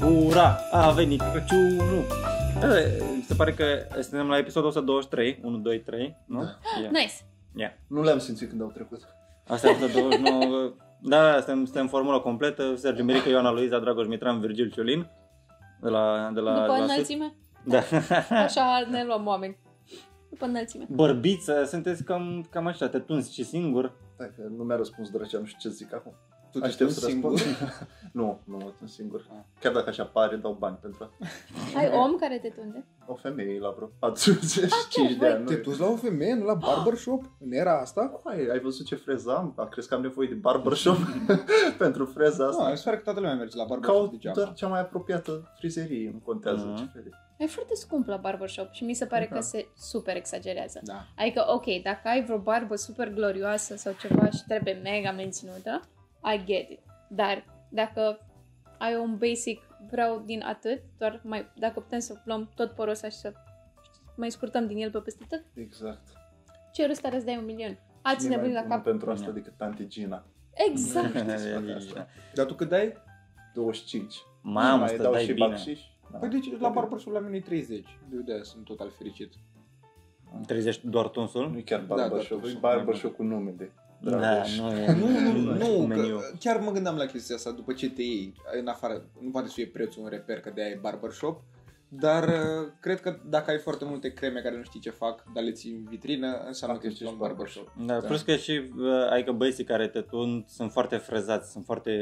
Ura! A venit Crăciunul! Eh, Mi se pare că suntem la episodul 123, 1, 2, 3, nu? Da. Yeah. Nice. Yeah. Nu le-am simțit când au trecut. Asta e 129. Da, da, suntem, suntem formula completă. Sergiu Mirica, Ioana Luiza, Dragoș Mitran, Virgil Ciulin. De la, de la, După de la înălțime? Sud. Da. Așa ne luăm oameni. După înălțime. Bărbiță, sunteți cam, cam așa, te tunzi și singur. Hai că nu mi-a răspuns drăceam și ce zic acum. Tu te Aștept știi să singur? răspund. nu, nu mă tun singur. Ah. Chiar dacă așa pare, dau bani pentru asta. Ai om care te tunde? O femeie la vreo 45 de voi- ani. Te duci la o femeie, nu la barbershop, în era asta? Hai, ai văzut ce freză am? A, crezi că am nevoie de barbershop pentru freza Nu, asta? mi se pare că toată lumea merge la barbershop Caut Ah, degeaba. doar cea mai apropiată frizerie, nu contează Mhm. ce fel. e. E foarte scump la barbershop și mi se pare Da. că se super exagerează. Da. Adică, ok, dacă ai vreo barbă super glorioasă sau ceva și trebuie mega menținută, I get it. Dar dacă ai un basic, vreau din atât, doar mai, dacă putem să luăm tot părul ăsta și să mai scurtăm din el pe peste tot, Exact. ce rost are să dai un milion? Ați Cine mai nebunit la bună cap. pentru asta Bine. decât tante Gina? Exact! Dar tu cât dai? 25. Mamă, mai să dau dai și bine. bacșiș. Da. Păi deci la barbershop la mine e 30. De de sunt total fericit. 30 doar Nu tunsul? e chiar Da, barbershop, da, e da. barbershop cu nume de Da, Dragoș. nu e. Nu, nu, e cu nu, meniu. că chiar mă gândeam la chestia asta după ce te iei în afară. Nu poate să fie prețul un reper, că de-aia e barbershop. Dar uh, cred că dacă ai foarte multe creme care nu știi ce fac, dar le ții în vitrină, înseamnă că Atunci ești la un ești barbershop. Da, Da. plus că și uh, adică băieții care te tund sunt foarte frezați, sunt foarte,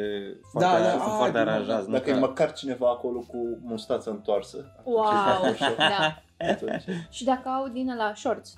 foarte, da, sunt a, foarte bine, aranjați. nu Dacă ca- e măcar cineva acolo cu mustața întoarsă, atunci Wow! e barbershop. Da. Atunci, Și dacă au din la shorts,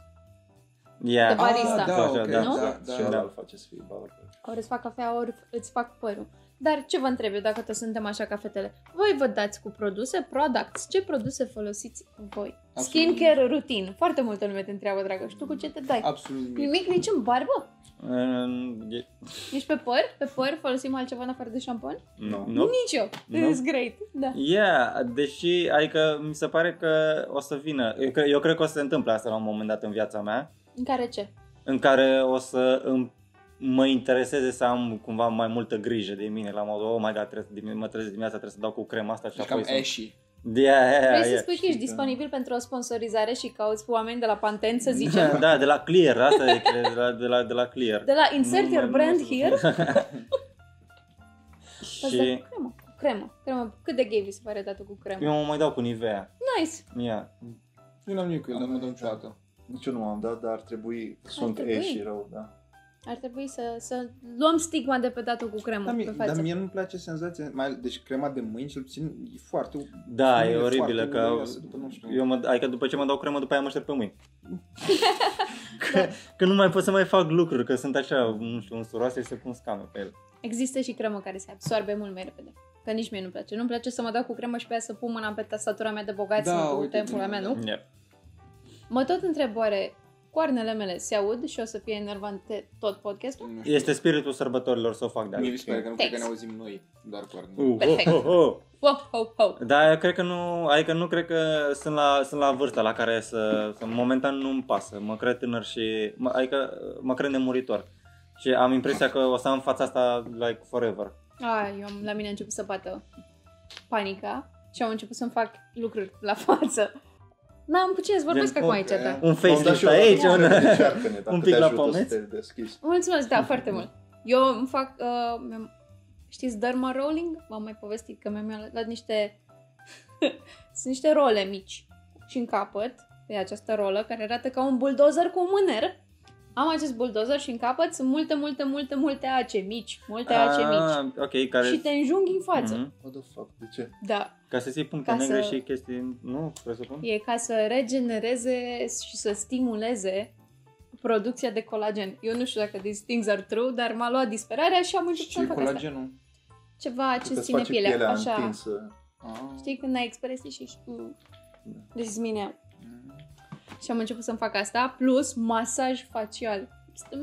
Ia, de barista. Ah, da, Așa, ok, da, Nu? da, Și da, ăla da. îl face să fie barbershop. ori îți fac cafea, ori îți fac părul. Dar ce vă întreb eu dacă tot suntem așa ca fetele? Voi vă dați cu produse, products, ce produse folosiți voi? Absolut. Skincare rutin. Foarte multă lume te întreabă, dragă, și tu cu ce te dai? Absolut nimic. Nimic, nici în barbă? Mm, e- Ești pe păr? Pe păr folosim altceva în afară de șampon? Nu. Nu? Nici eu. Nu? It's great. Da. Yeah, deși, adică mi se pare că o să vină, eu, cre- eu cred că o să se întâmple asta la un moment dat în viața mea, În care ce? în care o să îmi, mă intereseze să am cumva mai multă grijă de mine, la modul, oh my god, trebuie, să dimi- mă trezesc dimineața, trebuie să dau cu crema asta și Deci apoi cam să... ashy. Yeah, yeah, yeah, Vrei să yeah. spui că ești disponibil pentru o sponsorizare și cauți oameni de la Panten, să zicem? Da, da, de la Clear, asta e, cred, de la, de la, de la Clear. De la Insert Nu, Your nu, Brand nu. Here? Poți da și cu cremă. Cu cremă. Cremă. Cât de gay vi se pare datul cu cremă? eu mă mai dau cu Nivea. Nice. Yeah. Eu n-am nimic cu el, dar nu mă dau niciodată. Nici eu nu am dat, dar ar trebui, sunt trebui. ești rău, da. Ar trebui să, să luăm stigma de pe datul cu cremă Dar mie, pe față. dar mie nu-mi place senzația, mai ales- deci crema de mâini cel puțin e foarte... Da, nu e foarte oribilă că uloasă, după nu știu. eu mă, adică după ce mă dau cremă, după aia mă șterg pe mâini. că, că, nu mai pot să mai fac lucruri, că sunt așa, nu știu, însuroase și se pun scame pe el. Există și cremă care se absorbe mult mai repede. Că nici mie nu-mi place. Nu-mi place să mă dau cu cremă și pe aia să pun mâna pe tastatura mea de bogați Da, da, cu uite, tempura da, mea, da. nu? Yeah. Mă tot întreb oare coarnele mele se aud și o să fie enervante tot podcastul? Nu știu. Este spiritul sărbătorilor să o fac de Mie aici. mi se pare că nu cred că ne Thanks. auzim noi, doar cu Arne. Uh, Perfect. oh, oh, oh. Ho, ho, ho! Dar eu cred că nu, adică nu cred că sunt la, sunt la vârsta la care să, să momentan nu-mi pasă. Mă cred tânăr și, mă, adică mă cred nemuritor. Și am impresia că o să am fața asta like forever. A, eu am, la mine a început să bată panica și am început să-mi fac lucruri la față. N-am cu ce să vorbesc Gen, acum o- aici, da. Un facelift aici, un... Deci un pic la pomeț. deschis. Mulțumesc, da, foarte mult. Eu îmi fac, uh, mi-am- știți, Dharma Rolling? V-am mai povestit că mi-am luat niște, sunt niște role mici și în capăt pe această rolă care arată ca un buldozer cu un mâner. Am acest buldozer și în capăt sunt multe, multe, multe, multe ace mici, multe ace mici. Ah, ok, care... Și te înjunghi în față. Mhm. What the fuck, de ce? Da, Ca să ții puncte Ca negre să- și chestii, nu, presupun? e ca să regenereze și să stimuleze producția de colagen. Eu nu știu dacă these things are true, dar m-a luat disperarea și am început Ce să e fac asta. colagenul? ceva Că ce îți ține face pielea, pielea așa. întinsă. Ah. Știi când ai expresii și ești cu... Da. Deci mine. Mm. Și am început să-mi fac asta, plus masaj facial.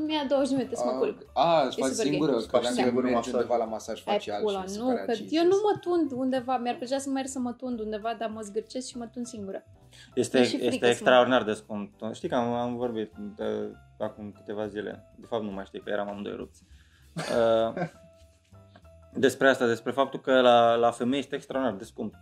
Mi-a 20 de minute să mă culc. A, Ah, îți E faci super gay. singură, Îți că faci aveam singură că mergi masaj. undeva la masaj Ai facial pula, și nu, că eu nu mă tund undeva, mi-ar plăcea să merg să mă tund undeva, dar mă zgârcesc și mă tund singură. Este, Mi-e și frică este să extraordinar de scump. Știi că am, am vorbit de, acum câteva zile. De fapt nu mai știi că eram amândoi rupți. Uh, despre asta, despre faptul că la, la femei este extraordinar de scump.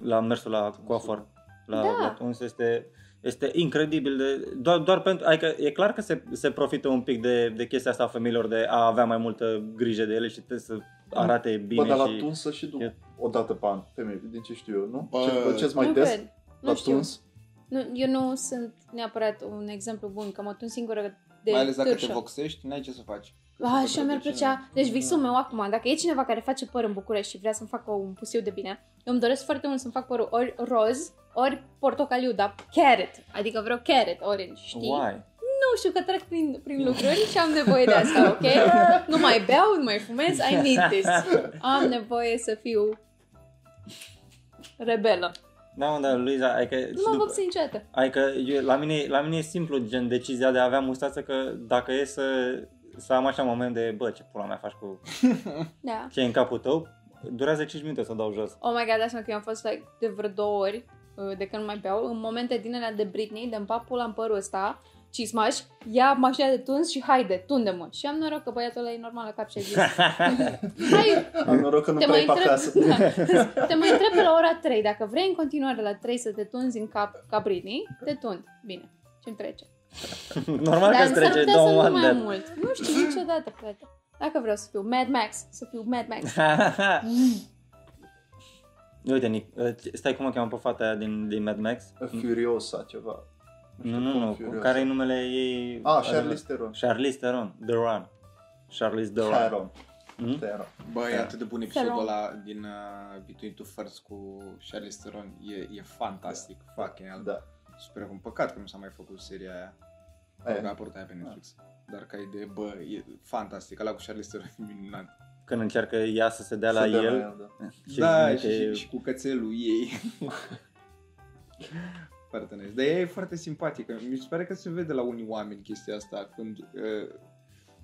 La mersul la coafor. La, Da. la tuns este, este incredibil de... Doar, doar pentru... Adică e clar că se, se profită un pic de, de chestia asta a femeilor de a avea mai multă grijă de ele și trebuie să arate bine Bă, dar la și... tunsă și du e- o dată pe an, femeie, din ce știu eu, nu? Bă. Ce, ce-ți mai nu des cred. la Nu știu. tuns? Nu, eu nu sunt neapărat un exemplu bun, că mă tun singură de Mai ales dacă târșă. te voxești, n-ai ce să faci. A, Te așa mi-ar duci în- uh, plăcea. Deci visul meu acum, dacă e cineva care face păr în București și vrea să-mi facă un pusiu de bine, eu îmi doresc foarte mult să-mi fac părul ori roz, ori portocaliu, dar carrot. Adică vreau carrot orange, știi? Why? Nu știu că trec prin, prin lucruri și am nevoie de asta, ok? nu mai beau, nu mai fumez, I need this. Am nevoie să fiu rebelă. Da, mă, dar Luiza, adică... și Nu m-am după- vopsit niciodată. Adică eu, la, mine, la mine e simplu gen decizia de a avea mustață că dacă e să, să am așa moment de bă ce pula mea faci cu Da. ce e în capul tău, durează 5 minute să o dau jos. Oh my god, dați că eu am fost like, de vreo două ori uh, de când nu mai beau, în momente din alea de Britney, de împap pula în părul ăsta, cismaș, ia mașina de tuns și haide, tunde-mă. Și am noroc că băiatul ăla e normal la cap și a zis, hai, Am noroc că nu te prea mai, e pe acasă. întreb, da, te mai întreb pe la ora 3, dacă vrei în continuare la 3 să te tunzi în cap ca Britney, te tund. Bine, ce-mi trece. Normal că îți s-ar trece putea să două nu mai ani mult. Nu știu niciodată, frate. Dacă vreau să fiu Mad Max, să fiu Mad Max. Uite, Nic, uh, stai cum o cheamă pe fata aia din, din Mad Max? Furiosa ceva. Nu, nu, nu, Furiosa. care e numele ei? A, Ah, Charlize Theron. Charlize Theron, The Run. Charlize The Run. Theron. Mm? Theron. Bă, e Da. atât de bun episodul Theron. ăla din uh, Between Two Ferns cu Charlize Theron. E, e fantastic, fucking hell. Da. Super, un păcat că nu s-a mai făcut seria aia. Aia. Că a apărut aia pe Netflix. Ah. Dar ca idee, bă, e fantastic. Ăla cu Charlize Theron e minunat. Când încearcă ea să se dea la Se dă el. da. și Da, vine și, că e- și, și cu cățelul ei. foarte nice. Dar ea e foarte simpatică. Mi se pare că se vede la unii oameni chestia asta când... Uh,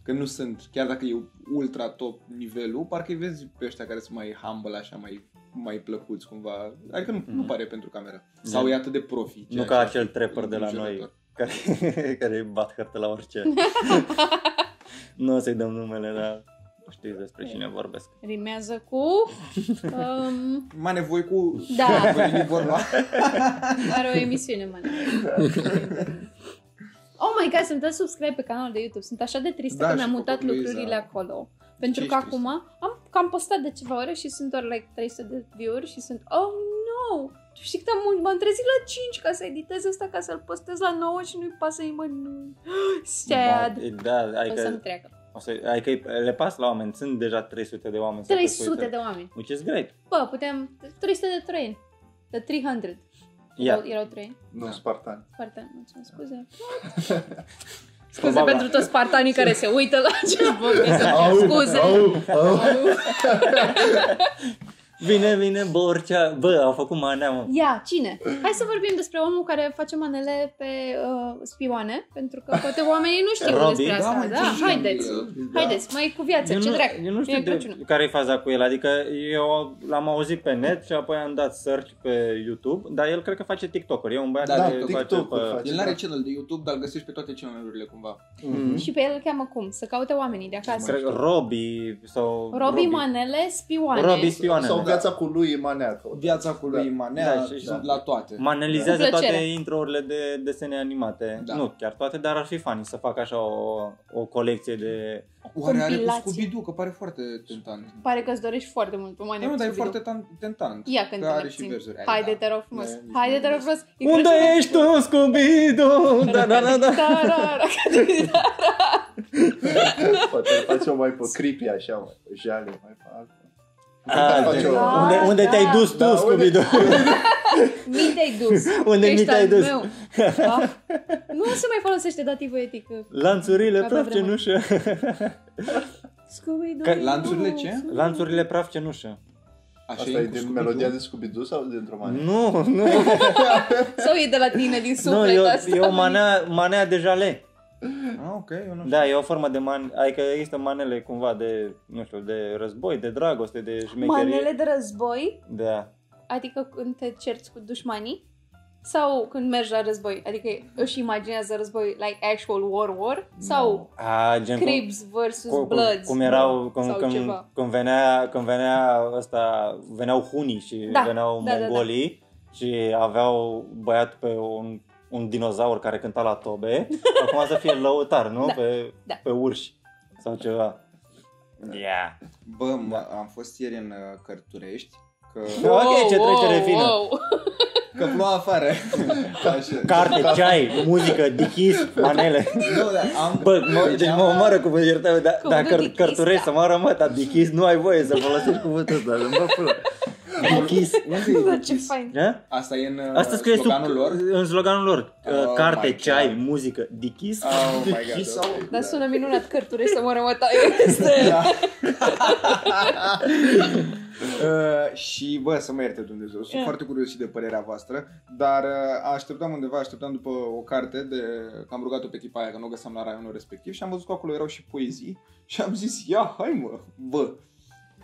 că nu sunt, chiar dacă e ultra top nivelul, parcă îi vezi pe ăștia care sunt mai humble, așa, mai, mai plăcuți cumva. Adică nu, mm-hmm. nu Mhm. pare pentru cameră. Sau e atât de profi. ceea Nu ce ca ar acel fi trapper de la noi îngrijorător. care, care bat hărtă la orice. nu o să-i dăm numele, dar știți despre cine vorbesc. Rimează cu... Um, Mai nevoie cu... Da. Vă veni vorba. Are o emisiune, mă. Oh my god, să-mi dați subscribe pe canalul de YouTube. Sunt așa de tristă Da, că și mi-am cu mutat Luiza. lucrurile acolo. Pentru Ce că ești acum am, că am postat de ceva ore și sunt doar like 300 de view-uri și sunt oh no! Tu știi că am- m-am trezit la 5 ca să editez asta, ca să-l postez la 9 și nu-i pasă nimănui. Sad! Da, O să-mi adică, treacă. o să, adică le pas la oameni. Sunt deja 300 de oameni. 300 de oameni. Which is great. Bă, putem... 300 de trăini. De 300. Ia, Erau trăini. Nu, Da. Spartan. Foarte mulțumesc, scuze. Scuze Probabil. pentru toți spartanii care se uită la ce vorbesc. Scuze. au, au. Mm-hmm. vine, vine Borcea. Bă, au făcut manea, mă. Ia, cine? Hai să vorbim despre omul care face manele pe uh, spioane, pentru că poate oamenii nu știu Robbie? Da. despre asta. mă, Da, ce știam haideți. eu. Haideți, mai cu viață, ce drac. eu nu știu E Crăciunul. de, care e faza cu el, adică eu l-am auzit pe net și apoi am dat search pe YouTube, dar el cred că face TikTok-uri, e un băiat Da, care TikTok-uri face. El n-are channel de YouTube, dar îl găsești pe toate channel-urile cumva. Mhm. Și pe el îl cheamă cum? Să caute oamenii de acasă. Cred că Robi sau... Robi manele spioane. Robi spioane. Sau Sau viața cu lui e maniacă. Viața cu lui Da. Manea, Da, da, și- sunt da. la toate. Manelizează Cu plăcere. toate intro-urile de desene animate. Da. Nu chiar toate, dar ar fi funny să fac așa o, o colecție de... Oare are cu Compilație. Scooby-Doo, că pare foarte tentant. Pare că îți dorești foarte mult pe Da, mane. nu, dar e cu Scooby-Doo. foarte tan- tentant. Ia când Că te are ne și țin. versuri. Hai, Haide, da. te rog frumos. Da, nici Haide, nu te mă rog frumos. E Unde Crăciunul. ești tu, Scooby-Doo? Da, da, da, da. Tarara. Poate îl face-o mai pe creepy așa, mai pe jale, mai pe altfel. Ah, Poate de- face-o- Da. Unde, unde te-ai dus tu, Da, unde- Scooby-Doo? Mi te-ai dus. Unde mi Ești te-ai al dus? meu. Ah, nu se mai folosește dativul etic. Lanțurile Ca pe praf vremuri. cenușă. Scooby-Doo. Că- lanțurile ce? Scooby-Doo. Lanțurile praf cenușă. Așa Asta e cu din Scooby-Doo? melodia de Scooby-Doo sau dintr-o manea? Nu, nu. Sau e de la tine, din nu suflet eu, asta? eu manea, manea de jale. Ah, ok, eu nu știu. Da, e o formă de man... Adică există manele cumva de, nu știu, de război, de dragoste, de șmecherie. Manele de război, Da. adică când te cerți cu dușmanii, sau când mergi la război, adică își imaginează război like actual war war sau A, gen cum- Cribs versus cum, Bloods. cum erau, sau cum, cum, ceva. cum, venea, cum venea ăsta, veneau hunii și Da, veneau da, da, da. mongolii și aveau băiat pe un, un dinozaur care cânta la tobe, acum să fie lăutar, nu? Da, Pe, da. pe urși sau ceva. Yeah. Bă, mă, Da. am fost ieri în uh, Cărturești, că, Wow, ok, ce trecere fină. că ploua afară. Așa. Carte, ceai, muzică, dichis, manele. Nu, dar am... Bă, mă, deci mă omoară cu iertare, dar Cuvântul dacă dichis, cărturești da. să mă rămă, dar dichis nu ai voie să folosești Cuvântul ăsta, bă, pula. dichis. Unde Da, e? ce fain. Da? Asta e în uh, Asta scrie sloganul sub, lor. în sloganul lor. Oh Uh, carte, my ceai, God. muzică, dichis. Oh Deci my god. Și sau- ok, Dar da. sună minunat cărturești să mă rămă ta- este. Uh, și bă, să mă ierte Dumnezeu, sunt foarte curios și de părerea voastră, dar uh, așteptam undeva, așteptam după o carte, de... că am rugat-o pe tipa aia, că nu o găseam la raionul respectiv și am văzut că acolo erau și poezii și am zis, ia, hai mă, bă,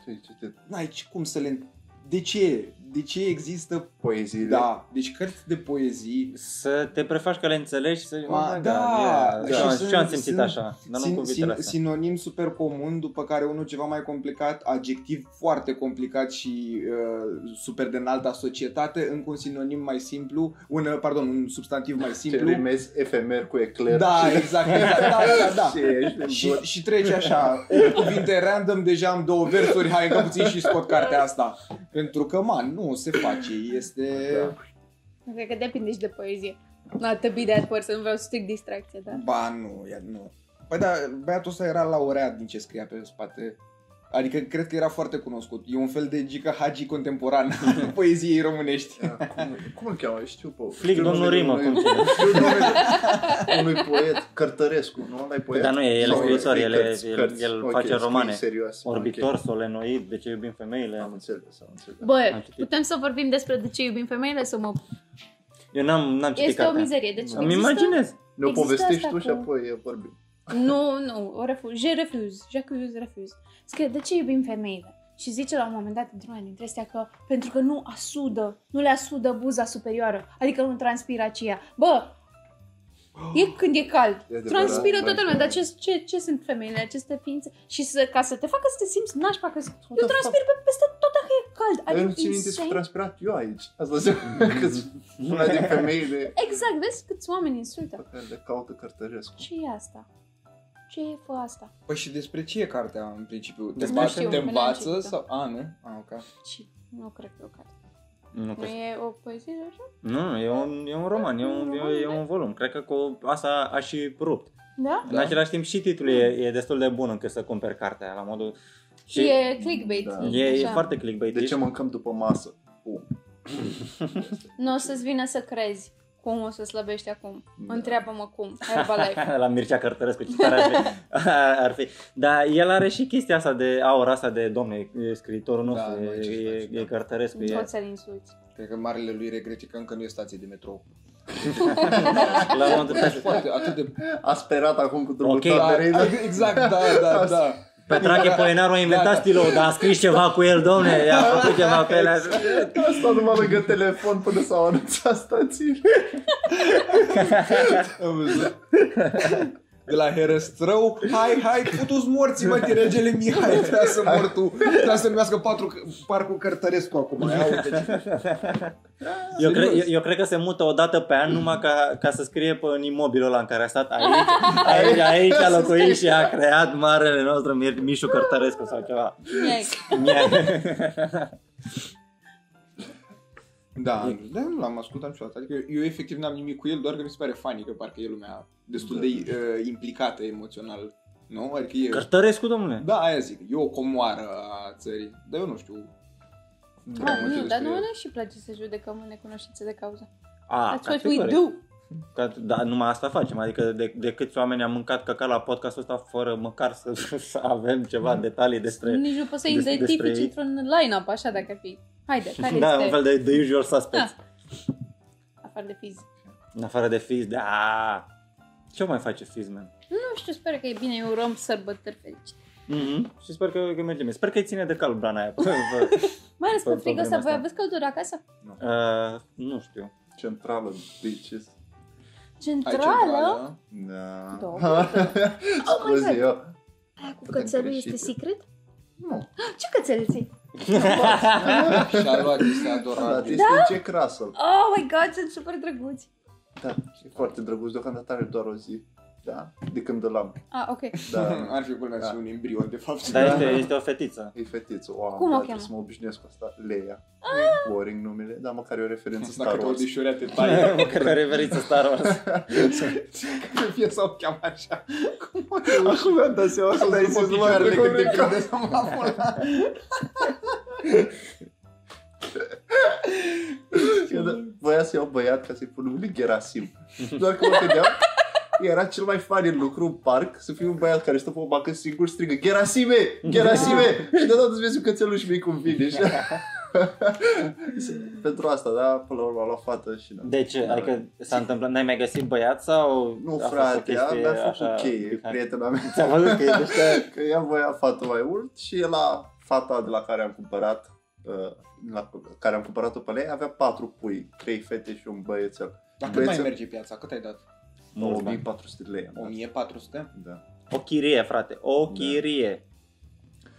Ce- ce- ce- n-ai ce- cum să le... De ce? De ce există... Poeziile. Da, deci cărți de poezii Să te prefaci că le înțelegi și să zici, Ma, "Oh my God, da, yeah." da. Și am- Și și sunt- am simțit sunt- așa, dar nu Sin, cu sin, vitele astea. sinonim super comun, după care unul ceva mai complicat, adjectiv foarte complicat și uh, super de înalta societate, încă un sinonim mai simplu, un, uh, pardon, un substantiv mai Ce simplu. rimezi efemer cu ecler. Da, exact, exact, da, da, da. Și ești în Și, bot. și trece așa, o cuvinte random, deja am două versuri, hai că puțin și scot cartea asta. Pentru că, man, nu se face, este... Da. Cred că depinde și de poezie. Not to be that person, vreau să stric distracția, da? dar... Ba, nu, ea- nu. Păi da, băiatul ăsta era laureat din ce scria pe spate. Adică cred că era foarte cunoscut. E un fel de Gica Hagi contemporan al poeziei românești. Da, cum- Cum îl cheamă? Știu, pe... Flic, știu domnul numele Rimă, unui- cum se cheamă. Știu numele unui poet, Cărtărescu, nu? Ăla e poet? Păi, Dar nu e, el e Sau scriitor, el, e- cărți, el, cărți. el Ok, face scrii romane. serioase, Orbitor, ok. solenoid, de ce iubim femeile. Am înțeles, am înțeles. Am Bă, citit. putem să vorbim despre de ce iubim femeile sau mă... Eu n-am, n-am citit Este o cartea. mizerie, deci Îmi există- imaginez. Ne-o Există povestești asta tu și cu- apoi vorbim. Nu, nu, o refuz. Je refuz. J'accuse, refuz. Scrie, de ce iubim femeile? Și zice la un moment dat într-una dintre astea că pentru că nu asudă, nu le asudă buza superioară, adică nu transpiră aceea. Bă, e când e cald. Oh. E adevărat, Transpiră da, toată e lumea, dar adevărat. ce, ce, ce sunt femeile, aceste ființe? Și să, ca să te facă să te simți nașpa, că the eu transpir pe, peste tot dacă e cald. Dar nu Adică țin minte să fi insane. transpirat eu aici. Asta înseamnă că una din femeile Exact, vezi câți oameni insultă. pe care le caută Cărtărescu. ce e asta? Ce e fă asta? Păi și despre ce e cartea în principiu? Te Despre învață, știu, te nu învață le-am sau... A, nu? A, ok. Și nu cred că e o carte. Nu, Nu cred. e o poezie de așa? nu, e un, e un roman, e un, e, un- e un volum. Cred că cu asta a și rupt. Da? În același timp și titlul e, e destul de bun încât să cumperi cartea la modul... Și e clickbait. Da. E, e așa. foarte clickbait. De ce mâncăm după masă? Bum. Nu o să-ți vină să crezi cum o să slăbești acum. Da. Întreabă-mă cum. Herbalife. la Mircea Cărtărescu, ce tare ar fi. ar fi. Dar el are și chestia asta de aur asta de domne, e scriitorul nostru, Da, e, noi ce e, faci, e da. Cărtărescu. Nu E, poți să-l insulti. Cred că marele lui regret e că încă nu e stație de metrou. la un moment dat, Foarte, atât de... A sperat acum cu Ok. trâmbutor Da, de rând. exact, da, da, da. Petrache Poenaru a Da, inventat da. stilou, dar a scris ceva cu el, domne, i-a făcut ceva pe el. A stat numai lângă telefon până s-au anunțat stațiile. Am văzut. De la Herăstrău, hai, hai, putu-ți morții, mă, regele Mihai, trebuia să mor tu. Trebuia să numească patru, parcul Cărtărescu acum. Ia uite ce... Eu, cre- eu, Serios? eu cred că se mută o dată pe an numai ca, ca să scrie pe în imobilul ăla în care a stat aici, aici, aici a locuit și a creat marele nostru Mir- Mișu Cărtărescu sau ceva. Mie- Da, da, nu l-am ascultat niciodată. Adică eu, eu efectiv n-am nimic cu el, doar că mi se pare funny că parcă e lumea destul de Da. uh, implicată emoțional. Nu? Adică e... Cărtărescu, domnule. Da, aia zic, e o comoară a țării. Dar eu nu știu. Da, multe nu, dar despre nu el. ne și place să judecăm în necunoștință de cauză. A, That's what we categoric. do. Că, da, numai asta facem, adică de, de câți oameni am mâncat căcat la podcastul ăsta fără măcar să, să avem ceva detalii despre... Nici nu poți să des- despre identifici ei. într-un line-up așa dacă ar fi. Haide, care Da, un este? fel Da. de the usual suspects. Afară de fiz. În afară de Fizz, da. Ce mai face Fizz, man? Nu știu, sper că e bine, eu urăm sărbători fericite. Mm-hmm. Și sper că, că merge bine. Sper că îi ține de cald brana aia. Vă- Mai ales Fă- că frigul problema ăsta, voi asta. aveți căldură acasă? uh, nu știu. Centrală, bitches. Ai Centrală? Da. Două. Am crezut eu. Aia cu Putem cățelul crește. este secret? Nu. Ce cățel ții? Și-a luat, este Da, adorabil. este Jack Russell. Oh my god, sunt super drăguți. Da, e foarte drăguț. Deocamdată are doar o zi. Da, de când îl am. Ah, ok. Da. Ar fi culmea să Da. fie un embrion, de fapt. Dar este, este o fetiță. E fetiță, wow, Cum o cheamă? da, Ah! trebuie să mă obișnuiesc cu asta, Leia, boring numele, dar măcar e o referință Dacă Star te Wars. odișurea te taie. Măcar că reveriță Star Wars. Că piesa o cheamă așa. Cum o Acum mi-am dat seama să dai Cu sus picioarele numai când când te de cap. prinde semaforul. Eu da- Voia să iau băiat ca să-i pun numele Gerasim. Doar că mă gândeam, era cel mai funny lucru în parc să fii un băiat care stă pe o bancă singur și strigă Gerasime! Gerasime! și deodată îți vezi un cățeluș mic cum vine. Și... Pentru asta, da, până la urmă a luat fată și da. Deci, adică s-a întâmplat, n-ai mai găsit băiat sau Nu, a fost o frate, chestie am mi-a făcut așa- cheie, prietena mea. Ți-a văzut că e deșteaptă? că ea voia fata mai mult și la fata de la care am cumpărat uh, la care am cumpărat-o pe lei, avea patru pui, trei fete și un băiețel. Dar cât mai Băiețel. merge piața? Cât ai dat? Mulți bani. 1400 de lei. am dat. 1400? Da. O chirie, frate, o chirie.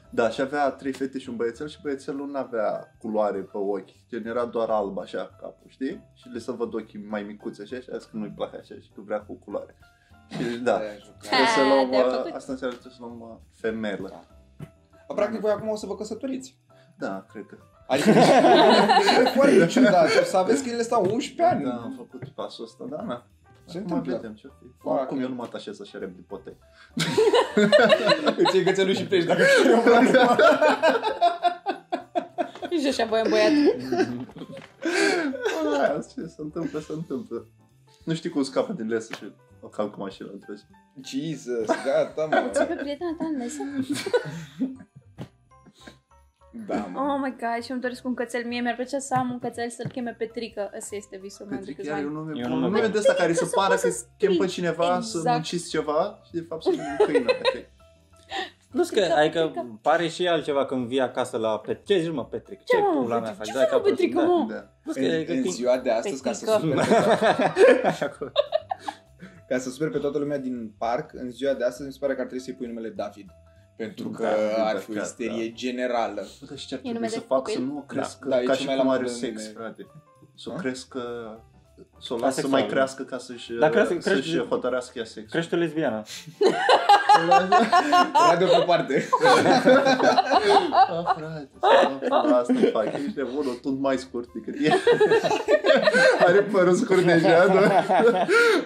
da, și avea trei fete și un băiețel și băiețelul nu avea culoare pe ochi, gen era doar alb așa capul, știi? Și le să văd ochii mai micuți așa și a zis că nu-i place așa și că vrea cu culoare. Și da, Aia ai jucat. trebuie să luăm, te-ai uh, făcut. asta înseamnă trebuie să luăm uh, femelă. Dar, Practic voi acum o să vă căsătoriți. Da, cred că. Adică e foarte ciudat. O să aveți ghirile stau 11 ani. Da, am făcut pasul ăsta, da, na. Se Acum întâmplă. vedem ce fi. Foarte. Acum eu nu mă atașez așa repede pote. Îți iei cățelul și pleci dacă Și așa, băi, băiat. Aia, ce se întâmplă, se întâmplă. Nu știi cum scapă din lesă și o calc cu mașina într Jesus, gata, Ții pe mă. prietena ta în lesă? Da, mă. Oh my god, și îmi doresc un cățel. Mie mi-ar plăcea să am un cățel să-l cheme Petrică. Ăsta este visul meu de Pentru că câțiva chiar e ani. un nume E bun. un Un nume nume bun. de ăsta care Petrică se să pare poți că să chem pe strigi. cineva să Exact. munciți ceva și de fapt sunt un câine. Plus că, Petrica, adică, Petrica. pare pare și altceva când vii acasă la Petric. Ce zici, mă, Petric? Ce, Ce, mă, pula mea Petric? faci? Ce Dai faci, mă, capul sus, Petrică, da. mă? Da. Plus că, În, adică, în timp- ziua de astăzi, ca să Tehnică. super pe toată- ca să super pe toată lumea din parc, în ziua de astăzi mi se pare că ar trebui să-i pui numele David. Pentru că David, ar da, fi o chiar, isterie generală. Bă, dar și ce ar E nume trebui să de fac copil? să nu o cresc Da, da, e ca cel și mai cum la are modă sex, nume. frate. Să o A? cresc că- să o Da, La las să sexual, mai nu? crească ca să-și, Dar crește- să-și crește- hotărească ea sexul. Crește lesbiană. Radio pe parte. Ah, frate, să mă fac asta îmi fac. Ești nebun, o tund mai scurt decât e. Are părul scurt deja, da?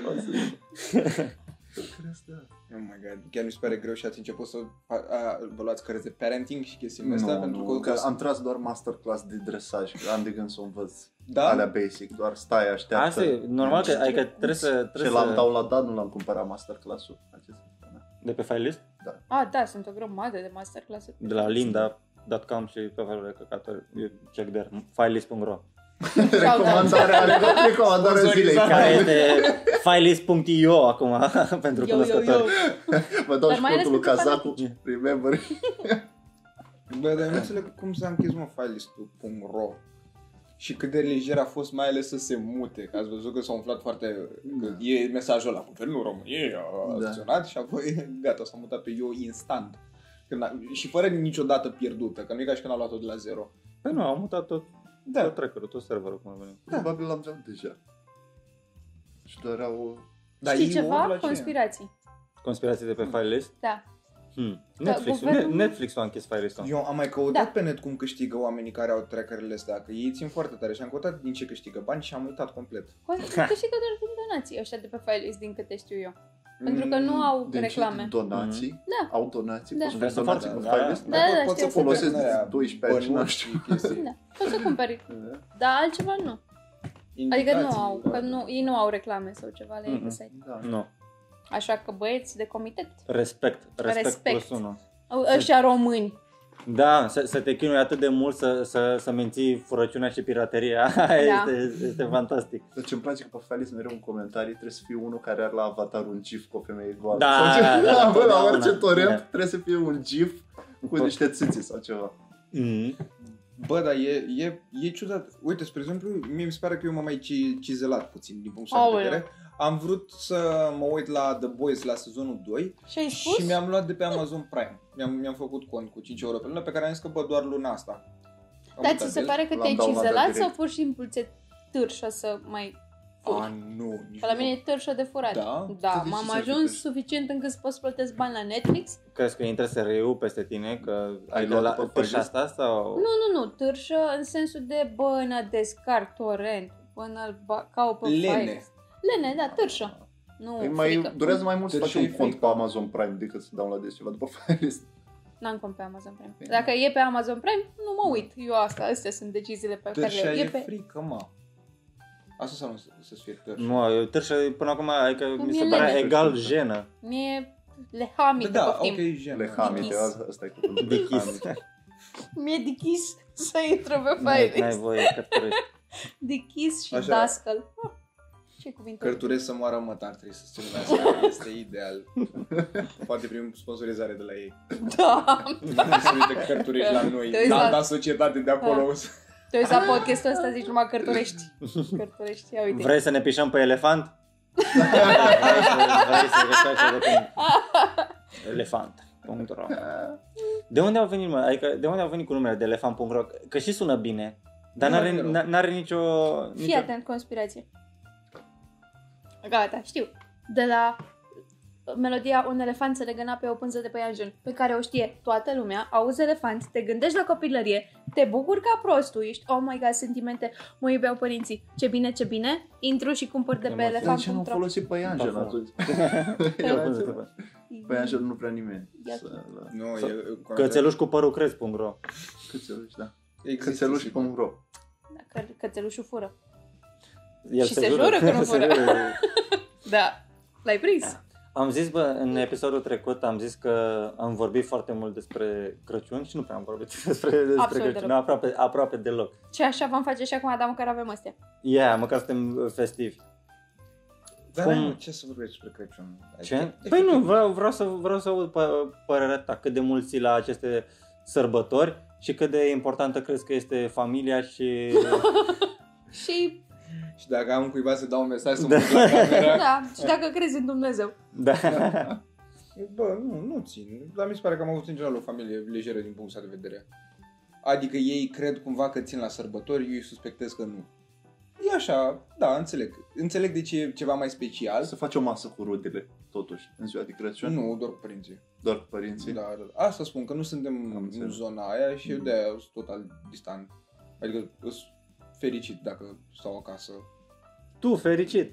O să- Crezi, da. Oh my god, chiar mi se pare greu și ați început să a, a, vă luați cărți de parenting și chestiile astea, Nu, pentru nu, că, că am tras doar masterclass de dresaj, că am de gând să o învăț Da? alea basic, doar stai, așteaptă. Asta e normal că, Da, Ce adică, trebuie să... Ce Trebuie l-am să... dau la Dan, nu l-am cumpărat masterclass-ul. Acesta, da. De pe file list? Ah, da, sunt o grămadă de masterclass-uri. De la linda.com și pe felul de căcaturi. Eu check there. Filelist.ro Recomandarea, recomandarea zilei. Care este filelist.io acum pentru Eu, eu, eu. cunoscători. Vă dau Dar și mai ales contul lui pentru Cazacu, remember. Bă, dar eu nu înțeleg cum s-a închis, mă, filelist.ro și cât de lejer a fost mai ales să se mute, că ați văzut că s-a umflat foarte... Că Da. e mesajul ăla, guvernul României a Da. acționat și apoi gata, s-a mutat pe eu instant. Când a, și fără niciodată pierdută, că nu e ca și când a luat-o de la zero. Păi nu, am mutat tot, Da, tot trackerul, tot serverul cum a venit. Probabil l-am dat deja. Și doar au... dar Știi ei omul ceva? aceea. Conspirații. Conspirații de pe filelist? Da. Hmm. Netflix, guvernul- Netflix a închis filelist-ul. Eu am mai căutat Da. da. pe net cum câștigă oamenii care au trackerele astea, că ei țin foarte tare și am căutat din ce câștigă bani și am uitat complet. Conspirații că și că doar din donații ăștia de pe Filelist, din câte știu eu. Pentru Mm. că nu au Deci reclame. donații? Da. Au donații? Da. Poți Vreau să să donații faci- cu da. filelist? Da, da, Poți știu, să să folosesc văd. din aia 12 ani și bănuți n-am și chestii. Da. Poți să cumperi. Dar altceva nu. Adică nu au, că nu, ei nu au reclame sau ceva la ei pe Mhm. site. Da. Nu. Așa că băieți de comitet, Respect. Respect, Respect. plus unul. au- ăștia români. Da, să, să te chinui atât de mult să, să, să menții furăciunea și pirateria. Da. este, este fantastic. Dar ce-mi Deci, place că pe filelist mereu în comentarii trebuie să fie unul care are la avatar un gif cu o femeie goală. Da, Sau ce- da, da, bă, la da, orice da. torrent Da. trebuie să fie un gif cu Tot. niște țiții sau ceva. Mm. Bă, dar e, e, e ciudat. Uite, spre exemplu, mie mi se pare că eu m-am mai ci- cizelat puțin din punctul ăsta de Aoleu. vedere. Am vrut să mă uit la The Boys la sezonul 2 Și ai spus? și mi-am luat de pe Amazon Prime. Mi-am, mi-am făcut cont cu 5 euro pe lună, pe care am zis că, bă, doar luna asta. Am Dar uitat ți de se el. pare că l-am te-ai downloadat cizelat direct. sau pur și simplu ți târșă să mai A, furi? nu, nici Că la nu. mine e târșă de furat. Da? deci- Dar Da, de ce m-am să ajuns furi? suficient încât să pot să plătesc bani la Netflix. Oh. Crezi că intră SRU peste tine? Că ai dat luat la după pârșa Făgest? asta? Sau... Nu, nu, nu, târșă în sensul de bă, în descar torent, până îl ba- caut pe Lene. Păi file. Lene, da, târșă. Nu, E mai, Oh, frică. durează mai mult să Deci faci un e cont frică. pe Amazon Prime decât să downloadezi ceva după Firelist. N-am cont pe Amazon Prime. Păi Bine. Dacă e pe Amazon Prime, nu mă uit. Eu asta, astea sunt deciziile pe care Târșa le e e pe... frică, mă. Asta înseamnă să, să fie târșa. Nu, eu târșă până acum, adică Cum mi e se pare lene. egal jenă. Mie le hamit Da, da, ok, poftim. gen. Le hamite, Dichis. asta e cuvântul. De chis. Hamite. Mi-e dichis să intru pe N-ai, file. n-ai voie că târăști. Dichis și Așa. dascăl. Ah, Ce cuvinte. Cărturesc să moară mătar, trebuie să se numească. Este ideal. Poate primim sponsorizare de la ei. Da. Să uite cărturești la noi. Te uiți Da, la- da, societate de acolo. o să- Te uiți la podcastul ăsta, zici numai cărturești. Cărturești, ia uite. Vrei să ne pișăm pe elefant? vrei să, vrei să refaci de când? Ah, Elefant. .ro. De unde au venit, mă? Adică, de unde au venit cu numele de elefant.ro? Că și sună bine, dar Nu n-are, e rău. n- n-are nicio... Fii nicio... atent, conspirație. Gata, știu. De la uh, melodia Un elefant se legăna pe o pânză de păianjen, pe care o știe toată lumea, auzi elefant, te gândești la copilărie, te bucuri ca prostul, ești, oh my god, sentimente, mă iubeau părinții, ce bine, ce bine, intru și cumpăr de pe Emoții. Dar de ce nu elefant.ro. folosi pe Angel Da, atunci? Pe Angel nu prea nimeni. Ia. Să- la- Nu, Sau- e... Cățeluș cu părul crez.ro Cățeluși, da. Există Cățeluși și- pe un ro. Dacă cățelușul fură. El Și se jură că Se nu fură. jură. Da, l-ai prins. Am zis, bă, în episodul trecut am zis că am vorbit foarte mult despre Crăciun și nu prea am vorbit despre, despre Absolut Crăciun, deloc. aproape, aproape deloc. Ce așa vom face și acum, dar măcar avem astea. Yeah, măcar suntem festivi. Dar Cum- hai, mă, ce să vorbești despre Crăciun? Ce? Adică- Păi nu, vreau, vreau, să, vreau să aud pă- părerea ta, cât de mulți ții la aceste sărbători și cât de importantă crezi că este familia și... Și, Și dacă am cuiva să dau un mesaj să mă Da. uit la camera... da, și dacă crezi în Dumnezeu. da. Bă, nu, nu țin. Dar mi se pare că am avut în general o familie lejeră din punctul ăsta de vedere. Adică ei cred cumva că țin la sărbători, eu îi suspectez că nu. E așa, da, înțeleg. Înțeleg de ce e ceva mai special. Să faci o masă cu rudele, totuși, în ziua de Crăciun, Nu, doar cu părinții. doar cu părinții. Da, da. Asta spun, că nu suntem Am în înțeles. zona aia și eu Mhm. de-aia sunt total distant. Adică sunt fericit dacă stau acasă. Tu, fericit!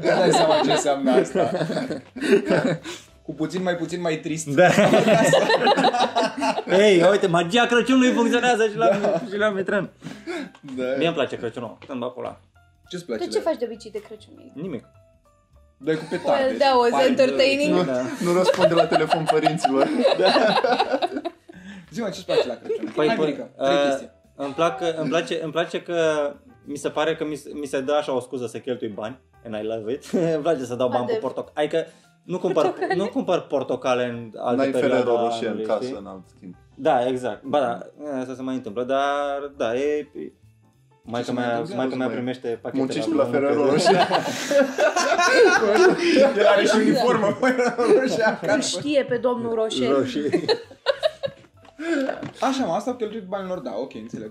Îți dai seama ce Da, înseamnă asta. Cu puțin mai puțin mai trist. Da. Ei, uite, magia Crăciunului funcționează și la, da. și la Mitran. Da. Mie îmi place Crăciunul, când bapul ăla. Ce-ți Tu place? Păi ce faci de obicei de Crăciun? Nimic. Dai cu petarde. Well, that was Pai, da, entertaining. bă. Nu, Da. nu răspunde la telefon părinților. Zi-mă, ce-ți place la Crăciun? Păi, Hai, păi, Mirica, trei uh, chestii. Îmi, plac, îmi, place, îmi place că mi se pare că mi, se- mi se dă așa o scuză să cheltui bani and I love it. îmi place să dau bani pe Unde? portocale. Adică nu cumpăr, nu cumpăr portocale în altă N-ai perioadă Ferrero a Rocher în anului, casă, știi? în alt timp. Da, exact. Ba da, asta se mai întâmplă, dar da, e... Mai că se mai mea, întâmplă? mai că mea Mai- primește pachete Muncești tu la muncă. Ferrero Rocher. El are și uniformă, măi, roșie Îl acasă. știe pe domnul Roșel. Așa, mă, asta au cheltuit banilor, da, ok, înțeleg.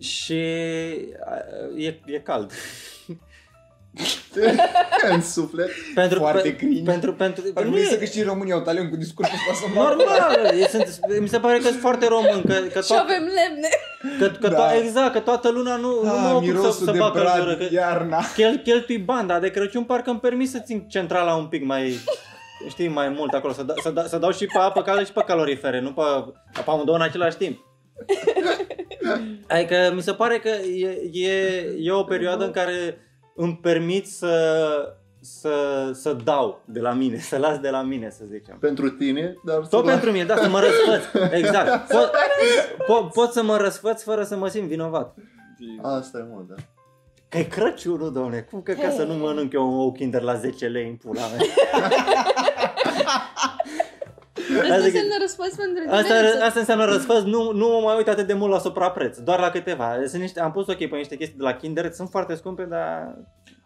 Și a, e, e cald. în suflet. Pentru, Foarte pe- cringe. Pentru, pentru, Ar nu trebui e- să câștigi România o talion cu discursul ăsta. Normal, e- sunt, mi se pare că sunt foarte român, că, că, Și toată, avem lemne. că, că Da. to- exact, că toată luna nu, nu mă Ah, ocup să, mirosul să de bag căldură, brad, că iarna. chel, cheltui bani, dar de Crăciun parcă îmi permis să țin centrala un pic mai, știi, mai mult acolo, să, da, să, da, să dau și pe apă caldă și pe calorifere, nu pe, pe amândouă în același timp. Adică mi se pare că e, e, e o perioadă în care îmi permit să, să, să dau de la mine, să las de la mine, să zicem. Pentru tine, dar Tot la- pentru mine, da, să mă răsfăț. Exact. Pot, po, pot să mă răsfăț fără să mă simt vinovat. Asta e mă, da. Că e Crăciunul, domne. Cum că ca să nu mănânc eu un ou kinder la 10 lei în pula mea? Asta zic- înseamnă răspuns pentru Asta, dimineață. asta înseamnă răspuns, nu, nu mă mai uit atât de mult la suprapreț, doar la câteva. Sunt niște, am pus ok pe niște chestii de la Kinder, sunt foarte scumpe, dar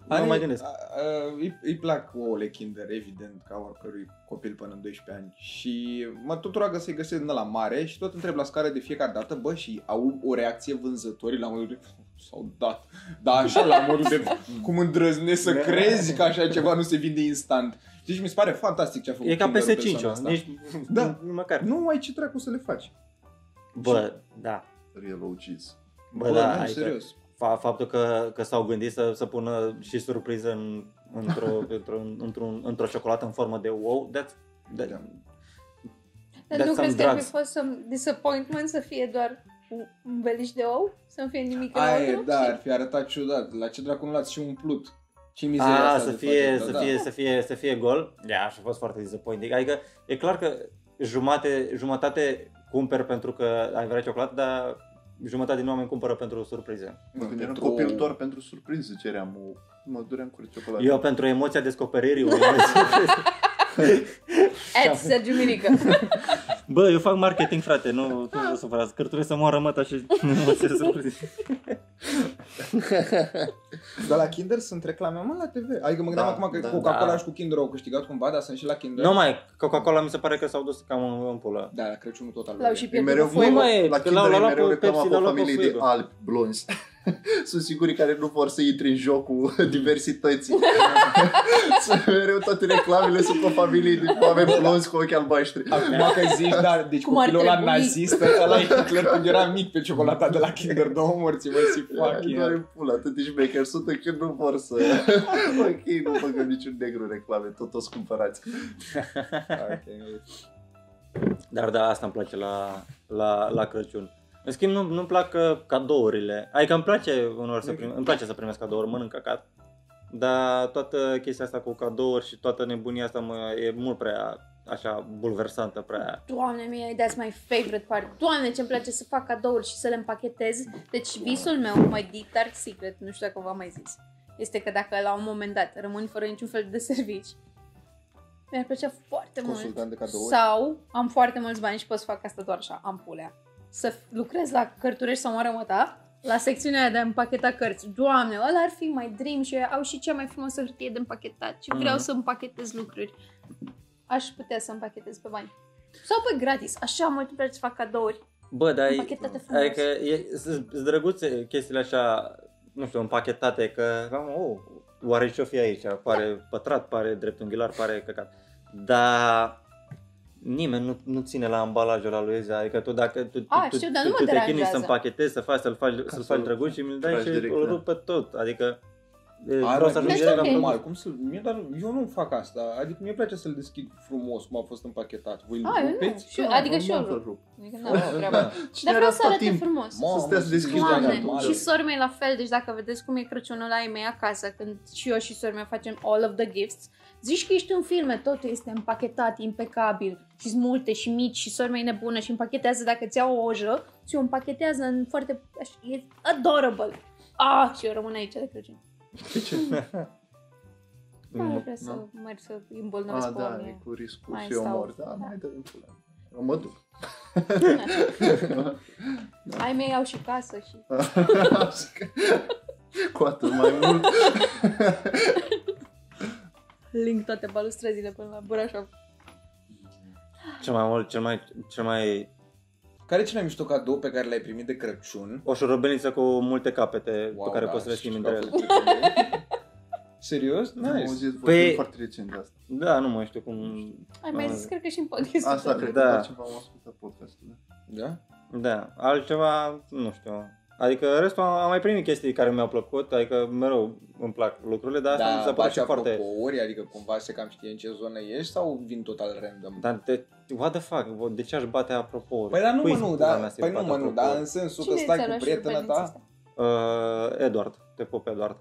nu mă mai gândesc. A, a, îi, îi plac ouăle Kinder, evident, ca oricărui copil până în 12 ani. Și mă tot roagă să-i găsesc din la mare și tot întreb la scară de fiecare dată, bă, și au o reacție vânzătorii la modul de... S-au dat. Da, așa, la modul de... Cum îndrăznești să crezi că așa ceva nu se vinde instant. Deci mi se pare fantastic ce a făcut E ca Kinderul PS5-ul, persoana asta. nici, Da. nu măcar. Nu ai ce dracu să le faci. Bă, da. Real OGs. Bă, da, nu, adică- serios. Fa- faptul că, că s-au gândit să, să pună și surpriză în, într-o, într-o, într-o, într-o ciocolată în formă de ou, that's, that, Da. Dar nu that's some crezi că ar fi drugs. fost un disappointment să fie doar un- un beliș de ou? Să nu fie nimic Aia e, altru? da, Și- ar fi arătat ciudat. La ce dracu nu l-ați și umplut? Ce mizerie A, asta Ah, să de fie, făcut, să, da, fie, să, fie, să fie gol. Da, și a fost foarte disappointing. Adică e clar că jumate, jumătate cumperi pentru că ai vrea ciocolată, dar jumătate din oameni cumpără pentru surprize. Mă, Când eram Pentru- copil doar pentru surpriză ceream o... Mă duream cu ciocolată. Eu pentru emoția descoperirii unei surprize. Ed Sergiu Mirică. Bă, eu fac marketing, frate, nu, nu vă supărați, că trebuie să moară măta și emoția surprize. Dar la Kinder sunt reclame mă la TV. Adică mă gândeam Da, acum că da, Coca-Cola da. și cu Kinder au câștigat cumva, dar sunt și la Kinder. Nu mai, Coca-Cola mi se pare că s-au dus cam în, în pulă. Da, la Crăciunul tot al L-au lui. și E pierdut mereu cu foaia. Nu, mă, e, la că Kinder l-au- e l-au luat mereu pe reclama Pepsi, pe o l-au luat pe familie de Fuego. albi, blonzi. Sunt siguri care nu vor să intre în jocul diversității. sunt mereu toate reclamele sunt pe o familie de oameni blonzi cu ochi albaștri. Acum că zici, da, deci Cum Cum ar copilul ăla trebui? nazist, ăla e Hitler când era mic pe ciocolata de la Kinder, două morți, mă, si fuck Ai Da, doar yeah. în pula, atât șmecher sunt încât nu vor să... ok, nu băgăm niciun negru în reclame, tot o cumpărați. Ok. Dar da, asta îmi place la, la, la Crăciun. În schimb, nu, nu-mi plac uh, cadourile. Adică îmi place unor să prim, îmi place să primesc cadouri, mănânc cacat. Dar toată chestia asta cu cadouri și toată nebunia asta mă, e mult prea așa bulversantă, prea... Doamne mie, that's my favorite part. Doamne, ce-mi place să fac cadouri și să le împachetez. Deci visul meu, mai deep dark secret, nu știu dacă v-am mai zis, este că dacă la un moment dat rămâni fără niciun fel de servici, mi-ar plăcea foarte mult Consultant de cadouri. Sau am foarte mulți bani și pot să fac asta doar așa, am pulea. Să f- lucrez la cărturești sau mărămăta, la secțiunea aia de a împacheta cărți. Doamne, ăla ar fi mai dream și au și cea mai frumoasă hârtie de împachetat și vreau Mhm. să împachetez lucruri. Aș putea să împachetez pe bani. Sau pe gratis, așa mult îmi place să fac cadouri. Bă, dar e, Împachetate frumos. adică e, sunt sunt drăguțe chestiile așa, nu știu, împachetate, că am, oh, oare ce-o fi aici? Pare pătrat, pare dreptunghiular, pare căcat. Dar nimeni nu, nu ține la ambalajul la lui Ezea, adică tu dacă tu, A, tu, Ah, știu, dar tu, nu mă tu te deranjează. chinui să împachetezi, să faci, să-l faci, să-l faci să-l drăguț și mi-l dai tragi și direct, îl da. rup pe tot, adică e, Ai, vreau să mă, ajung Deci, direct la ok. produs. Normal, cum să, mie, dar eu nu fac asta. Adică mi-e place să-l deschid frumos cum a fost împachetat. Voi A, eu nu. rupeți? Și- adică și eu Normal rup. că rup. Adică n-am o treabă. Da. Dar Cine vreau ar să arăta arate timp? frumos. Mamă, Să stea să și deschizi Doamne, de-a capul. normal. și sora mea la fel, deci dacă vedeți cum e Crăciunul la ei mei acasă, când și eu și sora mea facem all of the gifts, zici că ești în filme, totul este împachetat, impecabil, și multe și mici și sora mea e nebună și împachetează dacă ți iau o ojă, ți o împachetează în foarte, așa, e adorable. Ah, și eu rămân aici de Crăciun. Nu, Nu. vreau să Da. merg să îi îmbolnăvesc Ah, pe da, oamenii. e cu riscul Mai și eu stau. mor. Da, Da. mai dă în pula. Eu mă duc. adică- Ai mei au și casă și... cu atât mai mult. Link toate balustrăzile până la Burașov. Cel mai mult, cel mai, cel mai Care e cel mai mișto cadou pe care l-ai primit de Crăciun? o șurubeniță cu multe capete pe da, da, care poți să le schimbi între ele. Serios? Am Nice. auzit vorbim Pe- foarte recent de asta. Da, nu mai știu cum... Ai mai Ah. zis, cred că și în podcast. Asta cred că Da. da. ceva am ascultat podcastul. da. Da? Da, altceva, nu știu. Adică restul am am mai primit chestii care mi-au plăcut, adică mereu îmi plac lucrurile, dar asta da, mi s-a părut și face foarte... ori, adică cumva se cam știe în ce zonă ești sau vin total random? Dar de, what the fuck, de ce aș bate apropo? Păi dar nu Cui mă nu, pula mea da, să-i păi nu bat mă nu, apropo? dar în sensul că Cine stai ți-a cu luat prietena șurubelnița ta? asta? Uh, Edward, te pup Edward.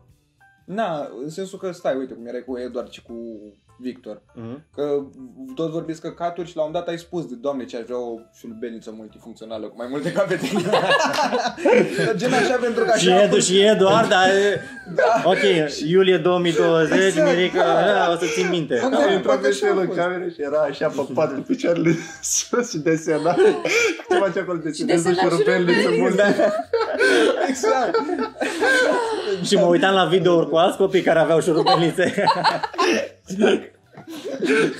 Na, în sensul că stai, uite cum erai cu Eduard și cu Victor. Mhm. Că tot vorbiți căcaturi și la un dat ai spus de, doamne, ce aș vrea o șulbeniță multifuncțională cu mai multe capete. Gen așa pentru că Și așa... Edu, și Eduard, dar... Da. Ok, iulie 2020, Exact, Mirica, da. a, o să țin minte. Am- Am Da, intrat poate pe așa a el în fost. cameră și era așa pe pat cu picioarele sus și desena. Ce face acolo? Deseneză desena și șurubelniță Da. multe. Exact. Și mă uitam la videouri cu alți copii care aveau șurubelnițe.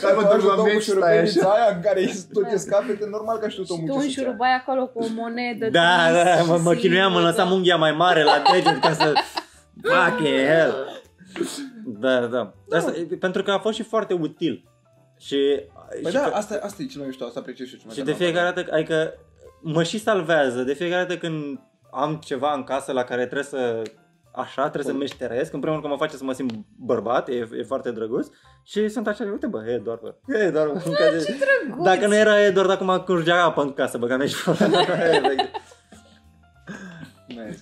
Hai mă duc la meci, stai așa. Șurubenița aia în care e tot e capete, normal că știu tot Și tu un șurubai acolo cu o monedă. Da, tu da, mă, mă zi, chinuiam, mă da. lăsam unghia mai mare la deget ca să... Fucking hell! Da, da. Asta, e- pentru că a fost și foarte util. Și, Păi și, da, că- asta, asta e cel mai mișto, asta apreciez și eu cel mai și tare. de fiecare dată, adică mă și salvează. De fiecare dată când am ceva în casă la care trebuie să așa, trebuie să Păi. meșteresc, în primul rând că mă face să mă simt bărbat, e, e foarte drăguț și sunt așa, uite bă, e doar bă, e doar bă, Dacă nu era e doar dacă mă curgea apă în casă, băga mea și Ah, Nice.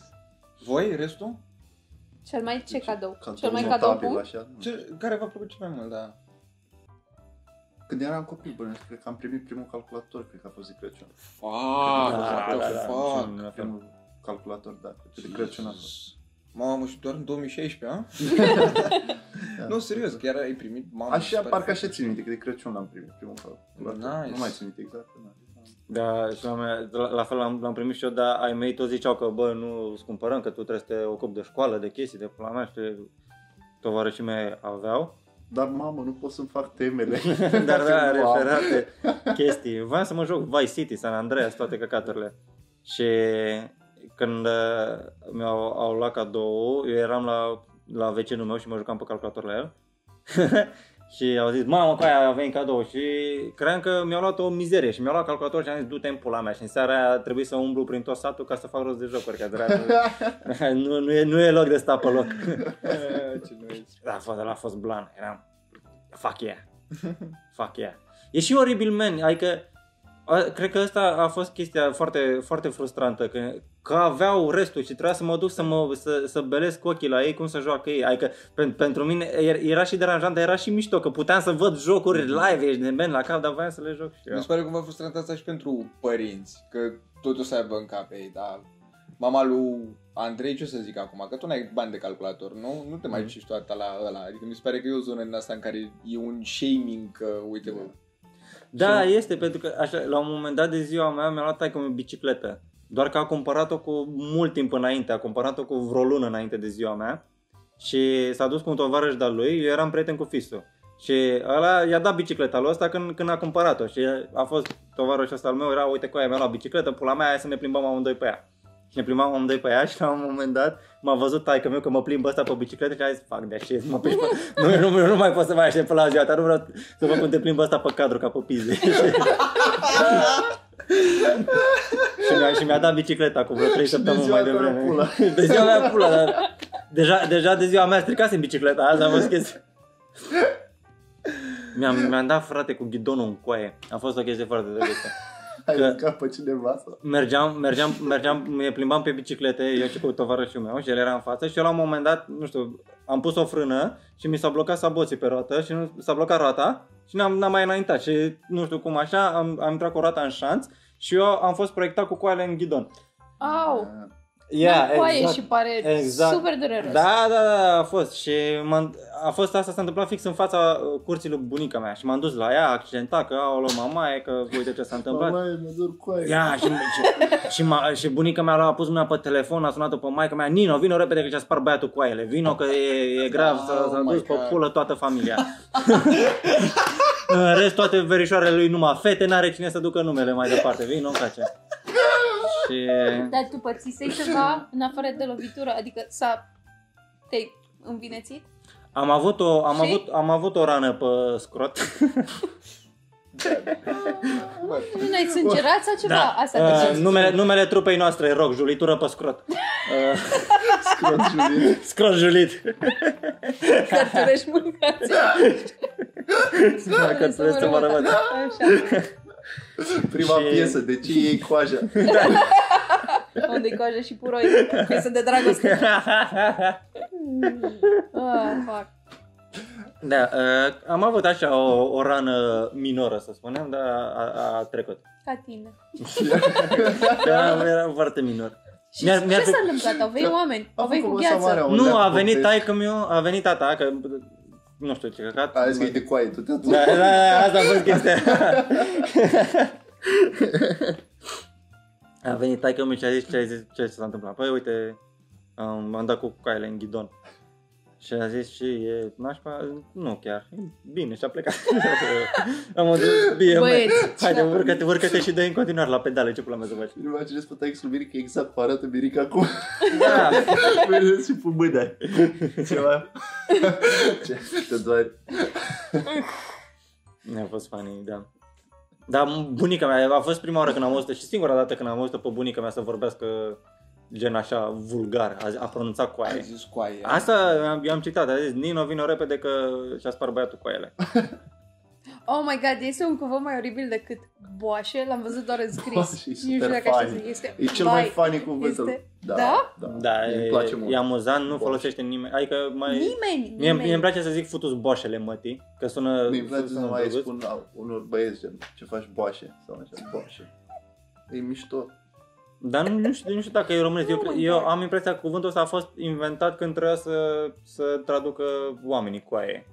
Voi, restul? Cel mai ce cadou? Cadou Cel mai cadou notabil, bun? așa. Ce, care v-a plăcut cel mai mult, da? Când eram copil, bănuiesc, cred că am primit primul calculator, cred că a fost de Crăciun. Fuck, Ah, Da, da, da, da, da, fuck. Primul calculator, da, cred că de Crăciun a fost. Mamă, și doar în 2016, a? Da. Nu, serios, chiar ai primit mamă. mi se Așa, pare parcă așa fain. țin minte, că de Crăciun l-am primit primul calculator. Nice. Nu mai țin minte exact. da. Da, și la, mea, la, la fel l-am, l-am primit și eu, dar ai mei toți ziceau că, bă, nu îți cumpărăm, că tu trebuie să te ocupi de școală, de chestii, de pula mea și tovarășii mei aveau, Dar mamă, nu pot să-mi fac temele. dar da, avea Wow. referate chestii. Voiam să mă joc Vice City, San Andreas, toate căcaturile. Și când uh, mi-au au luat cadou, eu eram la, la vecinul meu și mă jucam pe calculator la el. și au zis, mamă, cu aia a venit cadou și cream că mi-au luat o mizerie și mi-au luat calculator și am zis, du-te în pula mea și în seara aia trebuie să umblu prin tot satul ca să fac rost de jocuri, că de la- nu, nu, e, nu e loc de stat pe loc. Eh, Ce nu ești. Da, a fost, ăla a fost blan, eram, fuck yeah, fuck yeah. E și oribil, man, adică, a, cred că asta a fost chestia foarte, foarte frustrantă, că, că aveau restul și trebuia să mă duc să, mă, să, să belesc cu ochii la ei cum să joacă ei, adică pen, pentru mine er- era și deranjant, dar era și mișto, că puteam să văd jocuri live, ești de man la cap, dar voiam să le joc și eu. Mi se pare cumva frustrant asta și pentru părinți, că tot o să aibă în cap ei, dar mama lui Andrei ce o să zic acum? Că tu n-ai bani de calculator, nu? Nu te mai Mhm. duci tu atâta la ăla. Adică mi se pare că e o zonă din asta în care e un shaming că, uite, bă, Da, Și- este, pentru că așa, la un moment dat de ziua mea mi-a luat taică o bicicletă. Doar că a cumpărat-o cu mult timp înainte, a cumpărat-o cu vreo lună înainte de ziua mea și s-a dus cu un tovarăș de-al lui, eu eram prieten cu fisul. Și ăla i-a dat bicicleta lui ăsta când, când a cumpărat-o și a fost tovarășul ăsta al meu, era uite cu aia mi-a luat bicicletă, pula mea, hai să ne plimbăm amândoi pe ea. Și ne plimbam amândoi pe ea și la un moment dat m-a văzut taică meu că mă plimbă ăsta pe bicicletă și a zis, fac de shit, mă plimbă. nu, nu, nu, mai pot să mai aștept până la ziua ta, nu vreau să văd cum te plimbă ăsta pe cadru ca pe pizde. și mi-a, și mi-a dat bicicleta cu vreo 3 săptămâni ziua mai ta devreme. pula. de ziua mea pula, dar deja, deja de ziua mea stricasem bicicleta, azi am văzut chestia. Mi-am, mi-am dat frate cu ghidonul în coaie. A fost o chestie foarte drăguță Ai Că- mâncat pe cineva sau? mergeam, mergeam, mergeam, ne plimbam pe biciclete, eu și cu tovarășul meu și el era în față și eu la un moment dat, nu știu, am pus o frână și mi s-a blocat saboții pe roată și nu, s-a blocat roata și n-am, n-am mai înaintat și nu știu cum așa, am, am intrat cu roata în șanț și eu am fost proiectat cu coale în ghidon. Au, Da, Yeah, coaie și pare Exact. super dureros. da, da, da, a fost și m-am, a fost asta, s-a întâmplat fix în fața uh, curții lui bunica mea și m-am dus la ea, accidentat, că au luat mamaie, că uite ce s-a întâmplat. Mamaie, mă dor cu aia. da, Ia, și, și, și, ma, și bunica mea a pus mâna pe telefon, a sunat-o pe maica mea, Nino, vino repede că ți-a spart băiatul cu aile, vino că e, e grav, s-a, Oh s-a my dus pe God. pulă toată familia. În rest, toate verișoarele lui numai fete, n-are cine să ducă numele mai departe, vino încoace. Și... Dar tu pățisei ceva în afară de lovitură? Adică s-a... te-ai învinețit? Am avut, o, am, Și? avut, am avut o rană pe scrot. bă Nu ai sângerat sau ceva? Da, Asta te Uh, gândești. numele, numele trupei noastre, rog, julitură pe scrot. Uh, Scrot Julie. scrot julit. Uh, Cărturești mâncați. Dacă trebuie să Da, mă rămân. Așa. Prima Și- piesă, de ce iei coaja? Unde-i coajă și puroi. Piesă de dragoste. Ah, fac. Da, uh, am avut așa o, o rană minoră, să spunem, dar a, a, a trecut. Ca tine. Era, era foarte minor. Și Mi-ar- mi-ar ce fi- s-a întâmplat? Au venit Da. oameni, Am au venit Păi, cu făcut o gheață. mare Nu, a venit taică meu, a venit tata, că nu știu ce căcat. A zis că e de coaie, tu te Da, da, da, asta a fost chestia. a venit taică mi și a zis ce, a zis, ce s-a întâmplat. Păi uite, am, am dat cu caile în ghidon. Și a zis și e nașpa, nu chiar, e bine și a plecat. am zis, bine, mai, Băieți, haide, da. urcă-te, urcă-te și dă în continuare la pedale, ce pula mea să faci. Nu imaginez pe taică lui Mirica exact cum arată Mirica acum. Da, Mereu și pun mâna. Ceva. Ce? Te doare. ne-a fost funny, da. Dar bunica mea, a fost prima oară când am auzit și singura dată când am auzit pe bunica mea să vorbească gen așa vulgar, a, a pronunțat Ai coaie. zis coaie. Asta am, am citat, a zis Nino vino repede că și-a spart băiatul cu ele. Oh my god, este un cuvânt mai oribil decât boașe, l-am văzut doar în scris. Boașe, e Nu știu super dacă așa fain. se- este. E cel Vai. mai funny cuvânt. al- Este- Da? Da? Da, Mie e, îmi place mult. e amuzant, nu Boș. folosește nimeni, adică mai... Nimeni, Mie, mie nimeni. îmi place să zic futus boșele mătii, că sună... Mi-e place să sună mai drăguț. spun la unor băieți gen ce faci boașe sau așa, boașe. E mișto. Da, Dar nu, nu, știu, nu știu dacă e românesc, eu, Oh cre- my eu God. am impresia că cuvântul ăsta a fost inventat când trebuia să, să traducă oamenii coaie.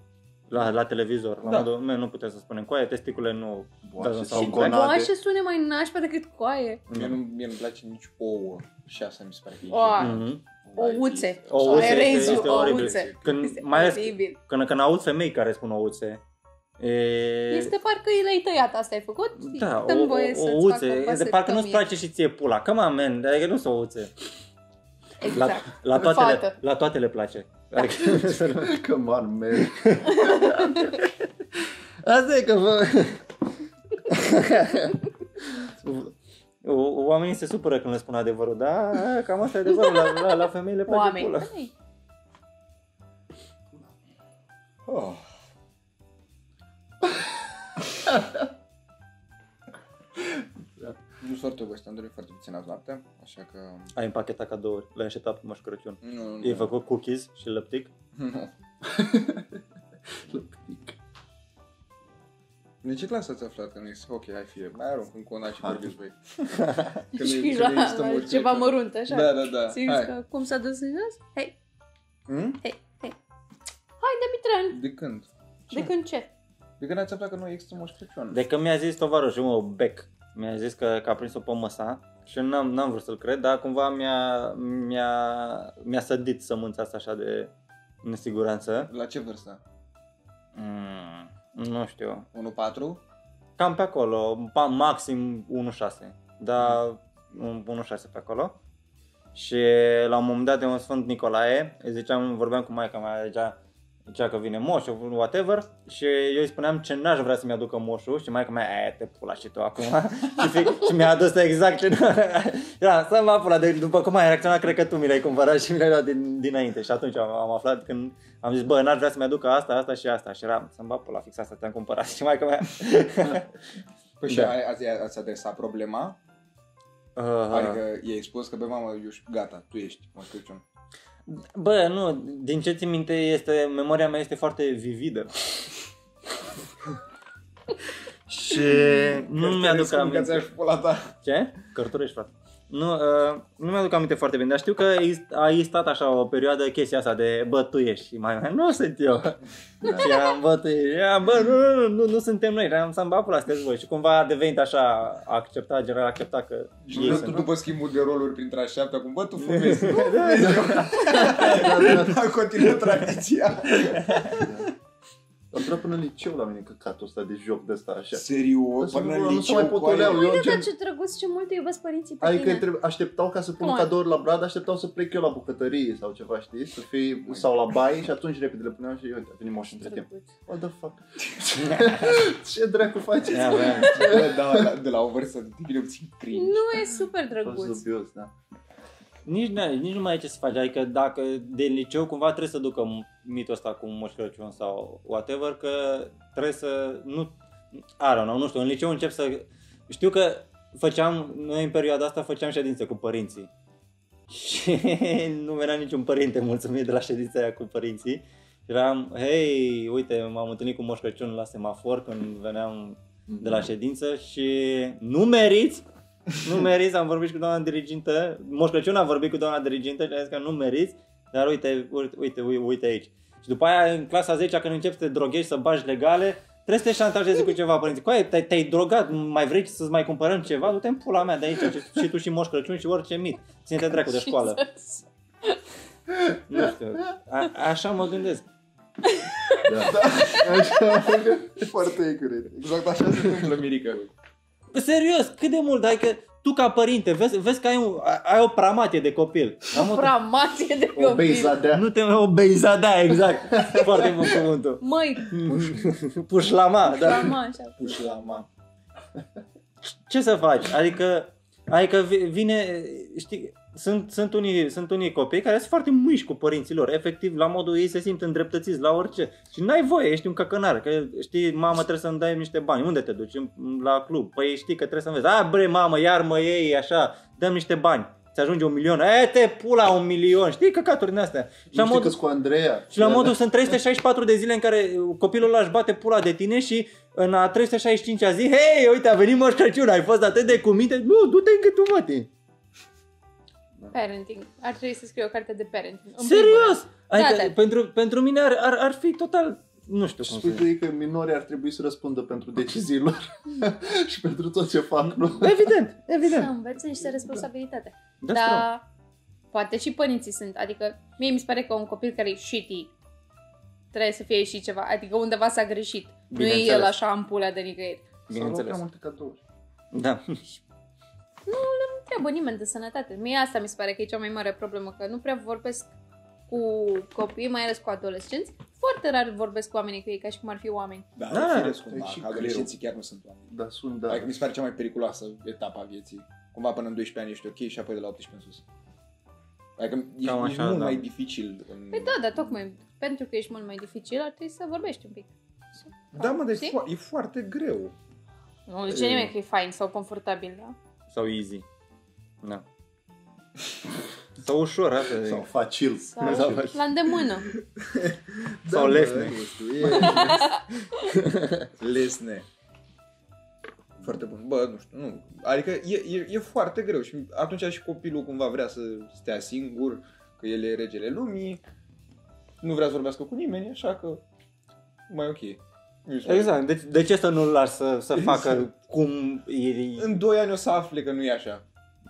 La, la televizor, la Da. modul, "Mă, nu putem să spunem coaie, testicule nu. Da, Boașe da, sau și gonade. Boașe sună mai nașpa decât coaie. Mie nu mie nu-mi place nici ouă. Și asta mi se pare că e Oa. gen- Mhm. Ouțe. Ouțe Mai este- rezi, este ouțe. oribil. Când, Este mai ales oribil. când, când aud femei care spun ouțe, e... Este parcă i le-ai tăiat, asta ai făcut? da, Dăm o, voie o, să-ți o fac uțe, de parcă nu-ți vasectomie. place și ție pula. Come on, man, adică nu sunt ouțe. La, Exact. la, toate le, Fată. Da. la toate le place. Adică, Come on, man. Asta e că vă... O- Oamenii se supără când le spun adevărul, da, cam asta e adevărul, la, la, la femeile place Oameni. pula. Hai. Oh. Nu sunt foarte obosit, am dormit foarte puțin azi noaptea, așa că... Ai împachetat cadouri, le-ai înșetat pe Moș Crăciun. Nu, nu, nu. I-ai făcut cookies și lăptic. Nu. Din ce clasă ați aflat că nu există? Ok, hai fie. Mai arunc încă una Ah. și Hai. vorbiți voi. Și la, la ceva mărunt, așa. Da, da, da. Simți Hai. că cum s-a dus în jos? Hei, Hmm? hai Demitran, De când? de când ce? De când ați aflat că nu există Moș Crăciun? De când mi-a zis tovarășul meu, bec, mi-a zis că, că a prins-o pe măsa și eu n-am, n-am vrut să-l cred, dar cumva mi-a, mi-a, mi-a sădit sămânța asta așa de nesiguranță. La ce vârstă? Mm, nu știu, 1-4? Cam pe acolo, pa- maxim 1.6, dar un- 1.6 pe acolo. Și la un moment dat de un Sfânt Nicolae, îi ziceam, vorbeam cu maica mea, zicea, zicea că vine moșul, whatever, și eu îi spuneam ce n-aș vrea să-mi aducă moșul și maica mea, aia te pula și tu acum. și, fi, și mi-a adus exact ce nu Era, să mă pula, de, după cum ai reacționat, cred că tu mi l-ai cumpărat și mi l-ai luat din, dinainte. Și atunci am, am aflat când am zis, bă, n-aș vrea să-mi aducă asta, asta și asta. Și era, să-mi bag pula, fix asta te-am cumpărat. Și maica mea, Păi și Da. a- ați, ați adresat problema? Uh, Adică i-ai spus că, băi, mamă, eu știu, gata, tu ești Moș Crăciun. bă, nu, din ce ți minte este, memoria mea este foarte vividă. Și nu mi-aduc aminte. Că pula ta. Ce? Cărturești, frate. Nu, uh, nu mi-aduc aminte foarte bine, dar știu că exist- a existat așa o perioadă chestia asta de bă, tu ești și mai nu sunt eu. Da. și am bă, tu ești, eram, bă, nu, nu, nu, nu, nu suntem noi, eram să-mi bag pula, sunteți voi. Și cumva a devenit așa, a acceptat, general a acceptat că Și ei tu, sunt. tu după schimbul de roluri printre a șaptea, cum bă, tu fumezi. Nu, a continuat tradiția. Am intrat până în liceu la mine căcatul ăsta de joc de ăsta așa. Serios? Asta Până nu- în nu se mai liceu cu potoleau, aia? eu Uite, gen- dar Păi, ce drăguț, ce mult te iubesc părinții pe Adică tine. trebuie, așteptau ca să pun Cum? cadouri la brad, așteptau să plec eu la bucătărie sau ceva, știi? Să fie, sau la baie și atunci repede le puneam și uite, a venit moșul între timp. Drăguț. What the fuck? Ce dracu faceți? Ia, bă. Bă, da, la- de la o vârstă devine puțin cringe. Nu e super A fost drăguț. dubios, da. Nici, n nici nu mai ai ce să faci, adică dacă de liceu cumva trebuie să ducă mitul ăsta cu Moș Crăciun sau whatever, că trebuie să, nu, I don't know, nu știu, în liceu încep să, știu că făceam, noi în perioada asta făceam ședințe cu părinții și nu venea niciun părinte mulțumit de la ședința aia cu părinții Eram, hei, uite, m-am întâlnit cu Moș Crăciun la semafor când veneam de la ședință și nu meriți, nu meriți, am vorbit și cu doamna dirigintă, Moș Crăciun a vorbit cu doamna dirigintă și a zis că nu meriți, dar uite, uite, uite, uite aici. Și după aia, în clasa 10 când începi să te droghești, să bagi legale, trebuie să te șantajezi cu ceva, părinții. Coaie, te-ai, te-ai drogat, mai vrei să-ți mai cumpărăm ceva? Du-te în pula mea de aici, și, și tu și Moș Crăciun și orice mit. Ține-te dracu de școală. Nu știu, a, așa mă gândesc. Da. Așa, Foarte accurate. exact așa se întâmplă, Mirica. Serios, cât de mult, adică tu ca părinte, vezi, vezi că ai, un, ai o pramatie de copil. Am o- Pramație de O copil. beizadea. Nu te o beiza, da, exact. Foarte bun cuvântul. Măi, Pușlama, da. mama, așa. Puși la ma. Ce să faci? Adică, adică vi- vine, știi, sunt, sunt, unii, sunt unii copii care sunt foarte mâiși cu părinții lor. Efectiv, la modul ei se simt îndreptățiți la orice. Și n-ai voie, ești un căcănar. Că știi, mamă, trebuie să-mi dai niște bani. Unde te duci? În- La club. Păi știi că trebuie să înveți. A, bre, mamă, iar mă iei așa, dăm niște bani. Ți ajunge un milion. E, te pula un milion. Știi căcaturi din astea. Și la Nu știu modul- câți cu Andreea. Și la Da, da. modul sunt 364 de zile în care copilul ăla își bate pula de tine și în a 365-a zi, hei, uite, a venit Moș Crăciun, ai fost atât de cuminte, nu, du-te în gâtul mătii. Parenting. Ar trebui să scriu o carte de parenting. În primul rând. Serios! Adică, Da, da. Pentru, pentru mine ar, ar, ar fi total, nu știu cum să Deci Spui tu zic. ei că minorii ar trebui să răspundă pentru deciziile lor și pentru tot ce fac, nu? Evident, Să evident. învețe niște responsabilitate. Da. Da. Dar poate și părinții sunt. Adică mie mi se pare că un copil care e shitty trebuie să fie și ceva. Adică undeva s-a greșit. Nu e Bineînțeles. el așa în pula de nicăieri. Bineînțeles. Sau multe cadouri. Da. Nu treabă nimeni de sănătate. Mie asta mi se pare că e cea mai mare problemă. Că nu prea vorbesc cu copii, mai ales cu adolescenți. Foarte rar vorbesc cu oamenii cu ei, ca și cum ar fi oameni. Da, Da, da, firesc cumva, ai și că adolescenții chiar nu sunt oameni. Da, sunt, Da. da. Adică mi se pare cea mai periculoasă etapă a vieții. Cumva până în 12 ani ești ok și apoi de la 18 în sus. Adică e Cam așa, așa, mult da. da. mai dificil. În... Păi da, dar tocmai pentru că ești mult mai dificil, ar trebui să vorbești un pic. Da, mă, dar e, Știi? fo- e foarte greu. Nu zice E- nimeni că e fain sau confortabil, da? Sau easy. Da. Sau ușor, asta Sau zic. facil. Sau Sau- la îndemână. Da, Sau mă, lesne. nu știu, e- lesne. Foarte bun. Bă, nu știu, nu. Adică e, e, e foarte greu și atunci și copilul cumva vrea să stea singur, că el e regele lumii, nu vrea să vorbească cu nimeni, așa că mai ok. Mi se pare. Exact, de, de ce să nu-l lași să, să facă cum e, În 2 ani o să afle că nu e așa.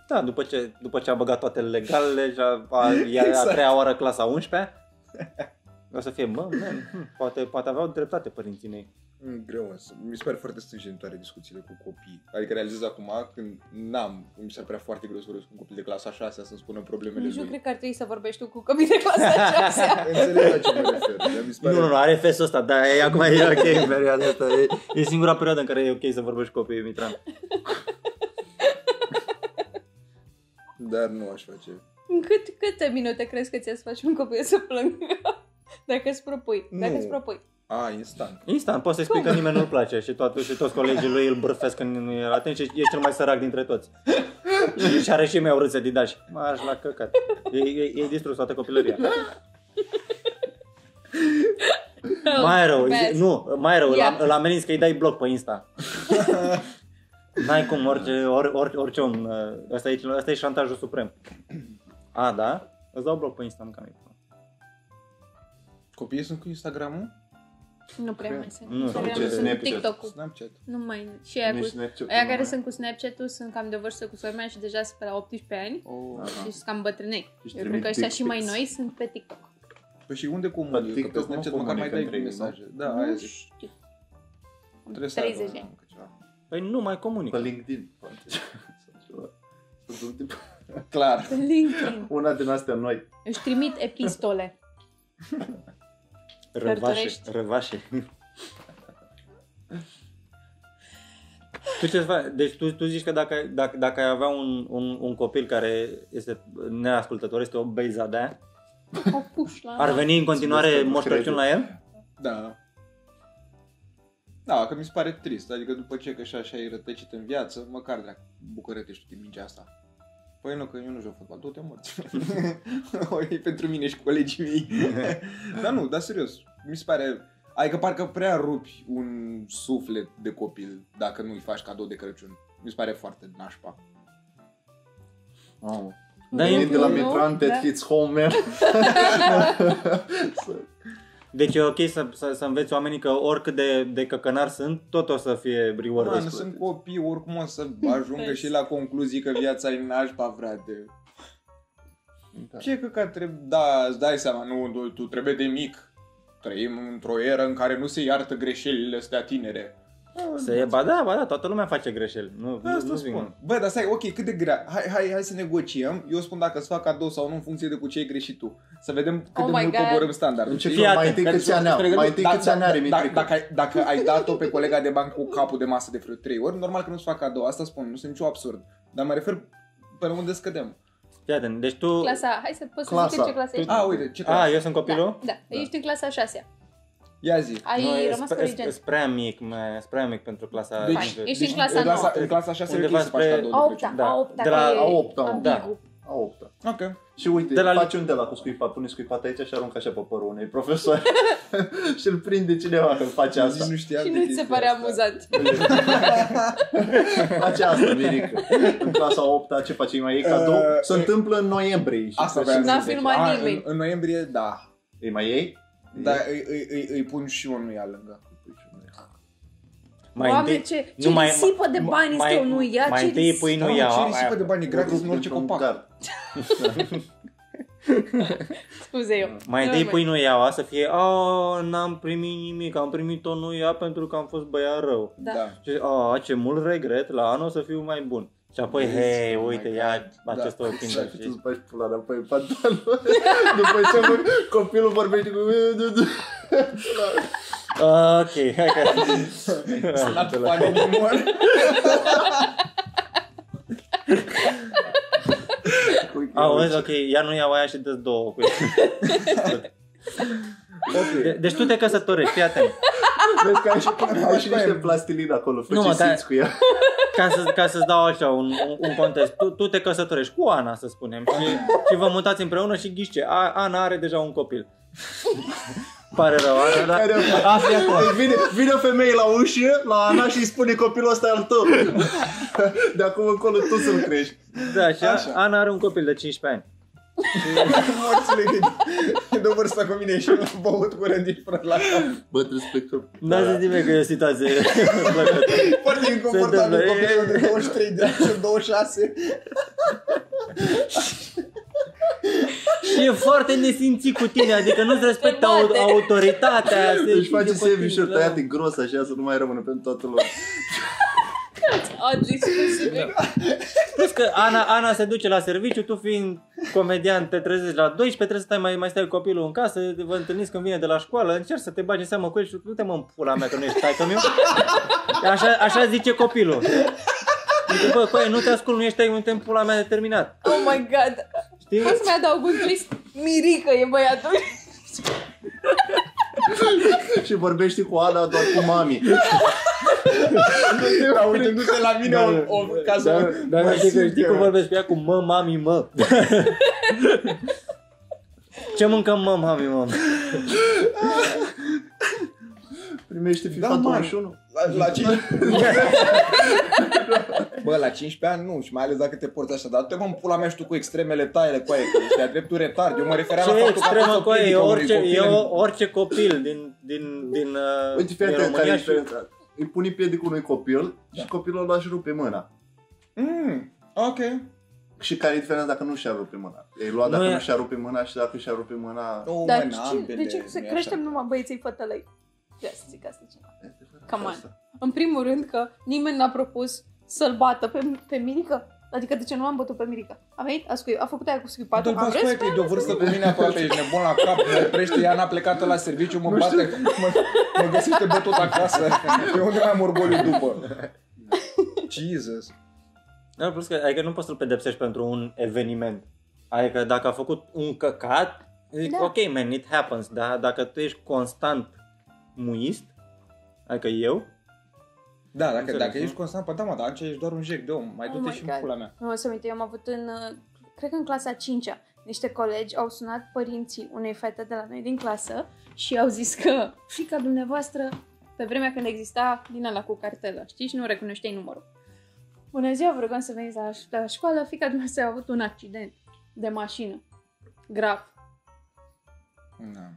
Da, după ce, după ce a băgat toate legalele și a, a, e a Exact. treia oară clasa 11 o să fie, mă, man, hm, poate, poate aveau dreptate părinții mei. Mm, Greu, însă. mi se pare foarte stânjenitoare discuțiile cu copii. Adică realizez acum când n-am, mi se pare foarte greu să vorbesc cu un copil de clasa 6 să-mi spună problemele Nici nu lui. cred că ar trebui să vorbești tu cu copii de clasa 6 Înțeleg la ce mă refer. dar Mi se Nu, pare... nu, nu, are festul ăsta, dar e, acum e ok în perioada asta. E, e singura perioadă în care e ok să vorbești cu copiii, Mitran. Dar nu aș face. În cât, câte minute crezi că ți-a să faci un copil să plângă? Dacă îți propui. Nu. Dacă îți propui. A, instant. Instant, poți să-i spui că nimeni nu-l place și, toată, și toți colegii lui îl bârfesc când nu e atent și e cel mai sărac dintre toți. Și, și are și mea urât să didași. Mă, aș la căcat. E, e, e distrus toată copilăria. Oh, Mai rău, Best. zi, nu, mai rău, Ia. yeah. îl ameninți că îi dai bloc pe Insta. N-ai cum, orice, or, or, orice om, uh, ăsta e, ăsta e șantajul suprem. A, da? Îți dau bloc pe Insta, mă, cam Copiii sunt cu Instagram-ul? Nu prea Cred. mai sunt. Nu, Nu, ce sunt Snapchat. TikTok-ul. Snapchat. Nu mai... Și aia, cu, aia care sunt cu Snapchat-ul sunt cam de vârstă cu sora mea și deja sunt pe la 18 ani. Oh. Și sunt cam bătrânei. Își Eu cred trimit că ăștia dick și mai pics. noi sunt pe TikTok. Păi și unde Pe comunică? Că pe TikTok nu Snapchat măcar mai comunică dai între ei, nu? mesaje. Da, aia Nu zic. știu. Trebuie să 30 de ai ani. un- ceva. Păi nu mai comunic. Pe LinkedIn. poate. Sau ceva. Sunt un tip- Clar. Pe LinkedIn. Una din astea noi. Își trimit epistole. Răvașe, Cărturești. răvașe. tu ce faci? Deci tu, tu zici că dacă, dacă, dacă ai avea un, un, un copil care este neascultător, este o beiza de aia, O puș la... ar veni în continuare Sigur, Moș cred. Crăciun la el? Da. Da, că mi se pare trist. Adică după ce că și așa ai rătăcit în viață, măcar dacă bucurătești din mingea asta. Păi nu, că eu nu joc fotbal, tu te morți. Oi, pentru mine și colegii mei. dar nu, dar serios, mi se pare... Adică parcă prea rupi un suflet de copil dacă nu-i faci cadou de Crăciun. Mi se pare foarte nașpa. Wow. Dar Venit e, de la nu, Mitran, Ted da. Hits Home, man. deci e ok să, să, să înveți oamenii că oricât de, de căcănar sunt, tot o să fie reward Man, sunt copii, oricum o să ajungă și la concluzii că viața e nașpa, frate. Da. Ce că, că trebuie, da, îți dai seama, nu, tu, tu trebuie de mic. Trăim într-o eră în care nu se iartă greșelile astea tinere. Se, ba da, ba da, toată lumea face greșeli. Nu, Da, nu, Asta nu spun. spun. Bă, dar stai, ok, cât de grea. Hai, hai, hai să negociem. Eu spun dacă îți fac cadou sau nu în funcție de cu ce ai greșit tu. Să vedem cât Oh de my mult God. coborâm standardul. În ce știi? Fii atent, mai întâi Care câți sunt- ani au? spre Mai exemplu, întâi câți ani are da, Mitrică? dacă, ai, dacă ai dat-o pe colega de banc cu capul de masă de vreo 3 ori, normal că nu-ți fac cadou. Asta spun, nu sunt nicio absurd. Dar mă refer pe unde scădem. Fii atent. Deci tu... Clasa, hai să poți Clasa. să zici ce clasă ești. A, uite, ce A, ah, eu sunt copilul? Da, da, ești în clasa 6 Ia zi. Ai Nu, e rămas sp- e- corigent. e prea mic, mă, e prea mic pentru clasa... Deci- nici- Ești în clasa în clasa, 9. în clasa 6 Undeva Undeva să faci spre- cadou. de A 8 Crăciun. Da, a 8 de la A opta, mă. Da. A opta. Ok. Și uite, De de la- la... face un de la cu scuipat, pune scuipat aici și aruncă așa pe părul unui profesor și îl prinde cineva că face Nici asta. nu știam Și de nu ți se chestia pare asta. amuzant. Face asta, Mirica. În clasa 8 ce face? Îi Mai e cadou? Uh, Se uh, întâmplă în noiembrie. Și Asta trebuie vreau să N-a zic. să zic. filmat A, nimeni. în, în noiembrie, da. Îi mai ei? Dar îi, îi, îi, îi pun și unuia lângă. Mai Oameni, întâi- ce, ce nu mai- risipă de bani mai- este nu ia, mai ce întâi risipă. pui- Nu Da, mă, iau, ce aia risipă pe- de bani e gratis în orice copac. Scuze eu. Mai Nu întâi mai- pui nu iau, să fie, a, n-am primit nimic, am primit o nu ia pentru că am fost băiat rău. Da. Și, a, ce mult regret, la anul o să fiu mai bun. Și apoi, Vezi? hei, Oh my uite, God. ia Da. acest da. Și Kinder. tu îți bagi pula înapoi în pantaloni. După ce vor- copilul vorbește cu... Ah, Ok, hai că... Not fun anymore. Auzi, Ah, ok, ia nu iau aia și dă două cu de- Ok. Deci tu te căsătorești, fii atent. Vezi că ai și, ai și Așa e. niște plastilină acolo, fă Nu, ce mă, dar- simți cu ea. Ca, să, ca să-ți dau așa un, un, un context. Tu, tu te căsătorești cu Ana, să spunem, și, și vă mutați împreună și ghiște. A, Ana are deja un copil. Pare rău, Ana, dar... Care Afli acum. Deci vine, vine o femeie la ușă, la Ana și îi spune copilul ăsta e al tău. De acum încolo tu să-l crești. Da, și Așa. Așa. Ana are un copil de 15 ani. Morțile de, de vârsta cu mine și eu am băut curând ești până la cap. Bă, trebuie să plecăm. Da, N-a zis nimeni că e o situație plăcută. Foarte inconfortabil întâmplă, copilul e- de 23 de ani și 26. Și e foarte nesimțit cu tine, adică nu-ți respectă Te bate. au- autoritatea aia. se- Își Deci e Deci face pe sandwich-uri tine, da. tăiate gros așa să nu mai rămână pentru toată lumea. Oddly specific. Da. Plus că Ana, Ana se duce la serviciu, tu fiind comedian te trezești la 12, trebuie să stai mai, mai stai cu copilul în casă, vă întâlniți când vine de la școală, încerci să te bagi în seamă cu el și nu te mă în pula mea că nu ești taică meu. Așa, așa zice copilul. Zice, bă, coaie, nu te ascult, nu ești taică, nu te în pula mea determinat. Oh my god. Știi? Da, Poți să-mi adaug un twist? Mirica e băiatul. Și vorbește cu Ana doar cu mami. Da, uitându-se la mine o, o ca să Dar, dar mă știi, că, simt știi eu. cum vorbesc cu ea cu mă, mami, mă. Ce mâncăm mă, mami, mă? Primește FIFA Da, da, mă. 21. La, la 5... Bă, la 15 ani nu, și mai ales dacă te porți așa, dar te mă în pula mea și tu cu extremele tale, cu aia, că ești de-a dreptul retard. Eu mă refeream la Ce faptul că a extremă fost cu o ea, e piedică orice, unui e copil. o- orice copil din, din, din, uh, Uite, fii din atent, care e România și diferența. Îi pune piedicul unui copil Da. și copilul ăla își rupe mâna. Mm, ok. Și care e diferența dacă nu și-a rupe mâna? Ei lua Nu dacă e- nu și-a rupe mâna și dacă și-a rupe mâna... O, mă, Dar n-am ce- de pele, ce să nu e creștem așa. numai băieții fătălăi? Ia să zic asta cineva. Come on. Asta. În primul rând că nimeni n-a propus să-l bată pe, pe Mirica. Adică de ce nu am bătut pe Mirica? A venit, a, scuip, a făcut aia cu Tu scuipatul, am îl vrut faci să că e de o vârstă cu mine aproape, ești nebun la cap, mă oprește, ea n-a plecat la serviciu, mă bate, mă, mă găsește bătut acasă. Pe unde mai am orgoliu după? Jesus. Da, plus că, adică nu poți să-l pedepsești pentru un eveniment. Adică dacă a făcut un căcat, zic, da. Da. ok, man, it happens, dar dacă tu ești constant muist, adică eu, Da, dacă, Înțeles, dacă nu? ești constant, pe da, mă, dar atunci ești doar un jec de om. Mai Oh du-te my și God. în pula mea. Nu o să aminte, eu am avut în, uh, cred că în clasa 5 niște colegi au sunat părinții unei fete de la noi din clasă și au zis că fica dumneavoastră, pe vremea când exista din ala cu cartelă, știi, și nu recunoșteai numărul. Bună ziua, vă rugăm să veniți la, ș- la școală, fica dumneavoastră a avut un accident de mașină, grav. Da.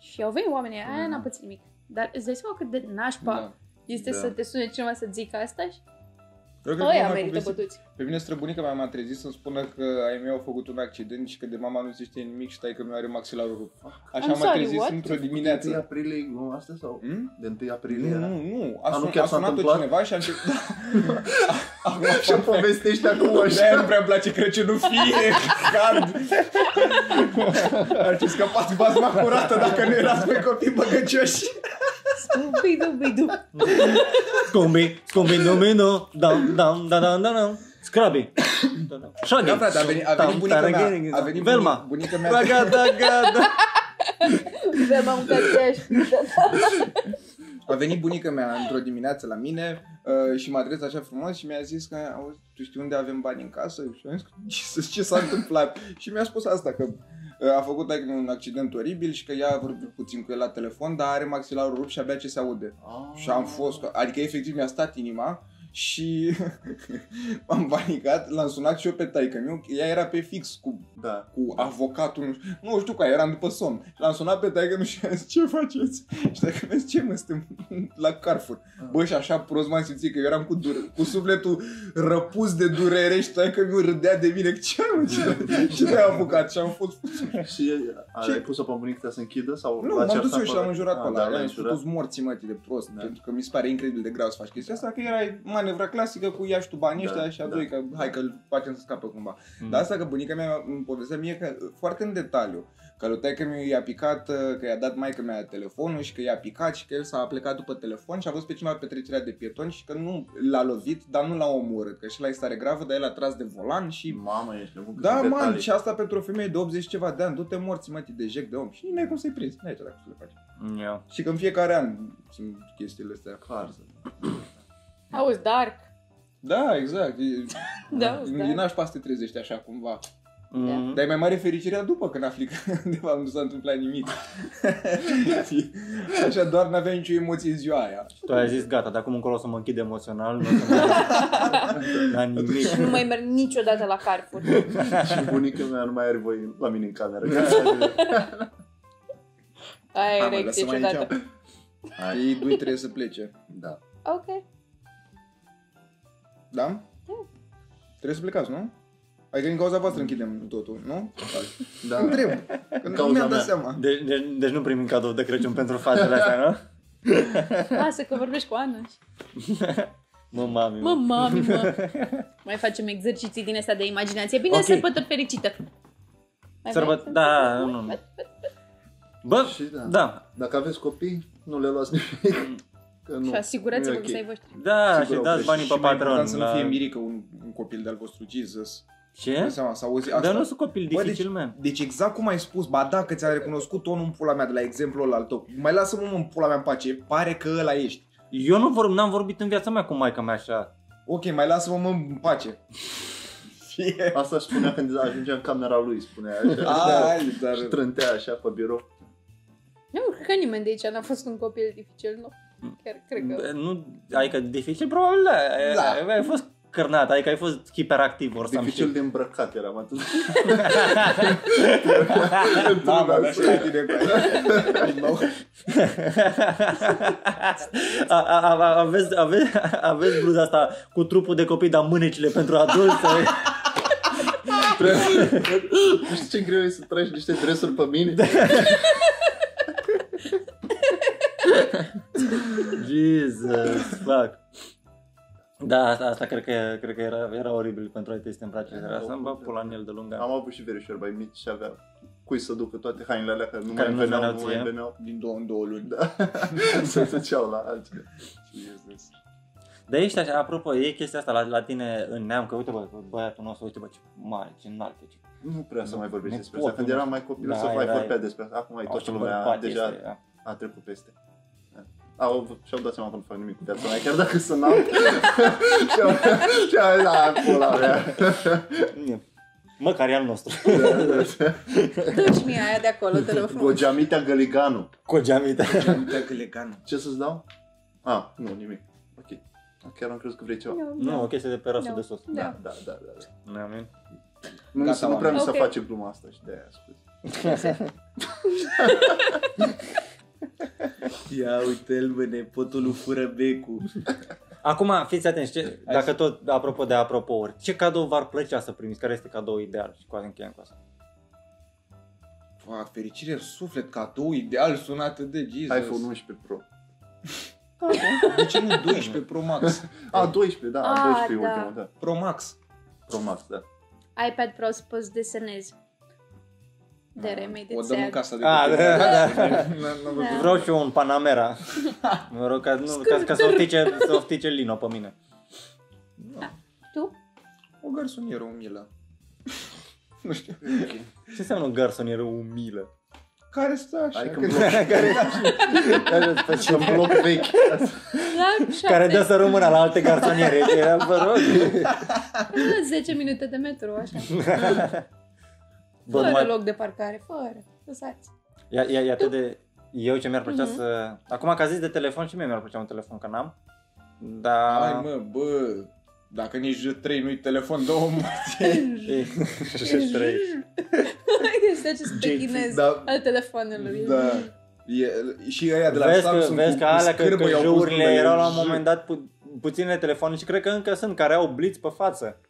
Și au venit oamenii, aia n-a pățit nimic. Dar îți dai seama cât de nașpa Da. este Da. să te sune cineva să zică asta și Eu cred că ăia m-am merită povestit- bătuți. Pe mine străbunica mea m-a trezit să-mi spună că ai mei au făcut un accident și că de mama nu se știe nimic și tai că mi-are maxilarul rupt. Așa I'm m-a sorry, trezit what? într-o De 1 dimineață. aprilie, nu, asta sau? Hmm? De 1 aprilie Nu, era. nu, nu. A, A, nu, sun, chiar a s-a sunat-o întâmplat? cineva și am început... Acum Și povestește acum de așa. nu prea îmi place Crăciunul fie card. Ar fi scăpat bazma curată dacă nu erați pe copii băgăcioși. Bidu, bidu. Scumbi, scumbi, domino, dam, dam, da, da, da, da. Scrabi. Shaggy. Da, frate, a venit, a venit bunica mea. A venit Velma. buni- bunica mea. Da, gata, gata. Vem am A venit bunica mea într-o dimineață la mine uh, și m-a trezit așa frumos și mi-a zis că auzi, tu știi unde avem bani în casă? Și am zis, Jesus, ce s-a întâmplat? și mi-a spus asta, că uh, a făcut like, un accident oribil și că ea a vorbit puțin cu el la telefon, dar are maxilarul rupt și abia ce se aude. Și am fost, ca- adică efectiv mi-a stat inima și am panicat, l-am sunat și eu pe taică meu, ea era pe fix cu Da. cu avocatul, nu știu, nu știu care, eram după somn. Și L-am sunat pe taică nu și am zis, ce faceți? Și dacă vezi ce mă, suntem la Carrefour. Bă, și așa prost m-am simțit că eu eram cu, dur- cu sufletul răpus de durere și taică mi râdea de mine. Ce am ce, ce te-ai apucat? Și am fost... Și Ce? ai pus-o pe bunica ta să închidă? Sau Nu, l-a m-am dus certat eu și pe l-am înjurat pe Ah, ăla. da, l-ai L-am înjurat. spus morții mătii de prost, Da. pentru că mi se pare incredibil de greu să faci chestia asta, că era manevra clasică cu ia și tu banii Da, ăștia și a da. Mm. doi, că hai că îl facem să scapă cumva. Dar asta că bunica mea îmi povestea mie că, foarte în detaliu că lui taică mi i-a picat, uh, că i-a dat maica mea telefonul și că i-a picat și că el s-a plecat după telefon și a văzut pe cineva pe trecerea de pietoni și că nu l-a lovit, dar nu l-a omorât, că și la stare gravă, dar el a tras de volan și... Mamă, ești nebun. Da, câte man, detalii. și asta pentru o femeie de 80 ceva de ani, du-te morți, mă, de jec de om și nu ai cum să-i prinzi, n-ai ce dacă să le faci. Ia. Și că în fiecare an sunt chestiile astea. Clar. să- Auzi, dark. Da, exact. E, Da, da. Din aș te trezești așa cumva. Mm. Dar e mai mare fericirea după când afli că de fapt nu s-a întâmplat nimic. Așa doar n-aveai nicio emoție în ziua aia. Tu ai zis gata, de acum încolo o să mă închid emoțional, nu o să mai... La nimic. Nu mai merg niciodată la Carrefour. Și bunica mea nu mai are voi la mine în cameră. Aia Hai, e mă, reacție lasă-mă ciudată. aici. Ei doi trebuie să plece. Da. Ok. Da? Trebuie să plecați, nu? Adică din cauza voastră închidem totul, nu? Da. Întreb. Că cauza nu mi-am dat mea. seama. Deci, deci, deci nu primim cadou de Crăciun pentru fazele astea, nu? Lasă că vorbești cu Ana. și- Mă, mami, Mă, mă. mami, mă. Mai facem exerciții din astea de imaginație. Bine, Ok. sărbători fericită. Mai Sărbă... vrei? Da, nu, nu. Bă, Și da. da, Dacă aveți copii, nu le luați nimic. Că nu. Și nu asigurați-vă e ok. că să ai voștri. da, Sigur, și au dați greșit. banii Și pe mai important patron. Să nu fie mirică un, un copil de-al vostru, Jesus. Dai Ce? seama, să auzi asta. Dar nu sunt copil Bă, dificil, man. Deci exact cum ai spus, ba da, că ți-am recunoscut tonul în pula mea de la exemplul ăla al tău. Mai lasă-mă mă, în pula mea în pace, pare că ăla ești. Eu nu vorb, n-am vorbit în viața mea cu maica mea așa. Ok, mai lasă-mă mă, în pace. Fie. Asta își spunea când ajungea în camera lui, spunea așa. A, dar... Și trântea așa pe birou. Nu, cred că nimeni de aici n-a fost un copil dificil, nu? Chiar cred că... Bă, Nu, adică dificil probabil, da. Da. Ai- Ai fost cărnat, adică ai fost hiperactiv or some Dificil shit. de îmbrăcat eram atunci. Da, mă, dar știi tine, bă. A- a- a- Aveți, aveți, aveți bluza asta cu trupul de copii, dar mânecile pentru adulți. Nu știu ce greu e să tragi niște dresuri pe mine? Da. Jesus, fuck. Da, asta, asta cred, că, cred că era, era oribil pentru a te să te îmbraci. Era să-mi bag pula în el de Am lungă. avut și verișori mai mici și aveam cui să ducă toate hainele alea care nu Care mai nu veneau, veneau nu mai ție. veneau. Din două în două luni. Da. se duceau la altceva. Jesus. Dar ești așa, apropo, e chestia asta la, la tine în neam, că uite bă, băiatul nostru, uite bă, ce mare, ce înalt, e, ce Nu prea să mai vorbești Nu despre pot, asta. Când nu. eram mai copil Da, să mai erai- vorbea despre asta. Acum e toată ce lumea bărbat deja este, da. a trecut peste. au, și-au dat seama că nu fac nimic cu viața mea, chiar dacă sunam. și-au, și-au da, pula mea. Măcar e al nostru. Duci mi aia de acolo, te rog frumos. Gogeamita Găliganu. Cogeamita. Aminte că le gană. Ce să-ți dau? Ah, nu, nimic. Ok. Chiar am crezut că vrei ceva. Nu, o chestie de pe rasul de sos. Da, da, da. da, da. Ne amin? Nu, Gata, Gata, nu prea mi se oameni. face gluma asta și de-aia spus. Ia uite-l, bă, nepotul lui fură becul. Acum, fiți atenți, ce, dacă tot, apropo de apropouri, ce cadou v-ar plăcea să primiți? Care este cadou ideal? Și cu asta încheiem cu asta. Fa, fericire, suflet, cadou ideal sunat de Jesus. iPhone 11 Pro. De ce nu 12 Pro Max? A, 12, da, Ah, a, 12 da. da. ultimul, da. Pro Max. Pro Max, da. iPad Pro să poți desenezi. Da. De remedii O dăm în casa de Ah, copii. da, da, da. Nu, nu, Da. Vreau și eu un Panamera. Mă rog, ca, nu, ca, ca să oftice, să oftice Lino pe mine. da. O garsonieră umilă. Nu știu. Ce înseamnă un garsonier umilă? Care stă așa? Ai că- când bloc, care, care, bloc vechi. Da, Care dă șapte. să rămână la alte garsoniere. Era, Vă rog. Da, 10 minute de metro, așa. Bă, Fără numai- loc de parcare, fără. Lăsați. E, e, e atât de... Eu ce mi-ar plăcea Mhm. să... Acum că a zis de telefon și mie mi-ar plăcea un telefon, că n-am. Da. Dar... Hai mă, bă, dacă nici 3 nu-i telefon, două martie. E- și trei. Este acest pe chinez Da, al telefonului. da. E, și aia de la Vezi că, Samsung vezi cu- că cu alea, că, scârbă că i-au pus jeurile numele, erau la un J. moment dat pu- puține telefoane și cred că încă sunt care au blitz pe față.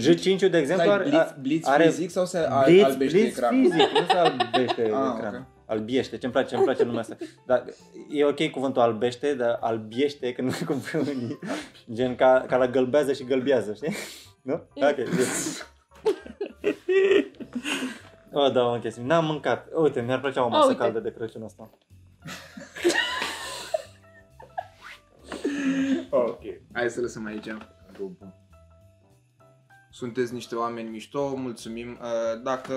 J5, de exemplu, Stai, are... blitz, blitz are- fizic sau se al- Blitz, albește blitz ecranul? fizic, nu se albește Ah, ecranul. ok. Albiește, ce-mi place, îmi place numele ăsta. Dar e ok cuvântul albește, dar albiește când nu cum pe unii. Gen ca, ca la gălbează și gălbează, știi? Nu? Ok. bine. O, da, o chestie. N-am mâncat. Uite, mi-ar plăcea o masă uite. caldă de Crăciun asta. Ok. Hai să lăsăm aici. Sunteți niște oameni mișto, mulțumim. Uh, Dacă...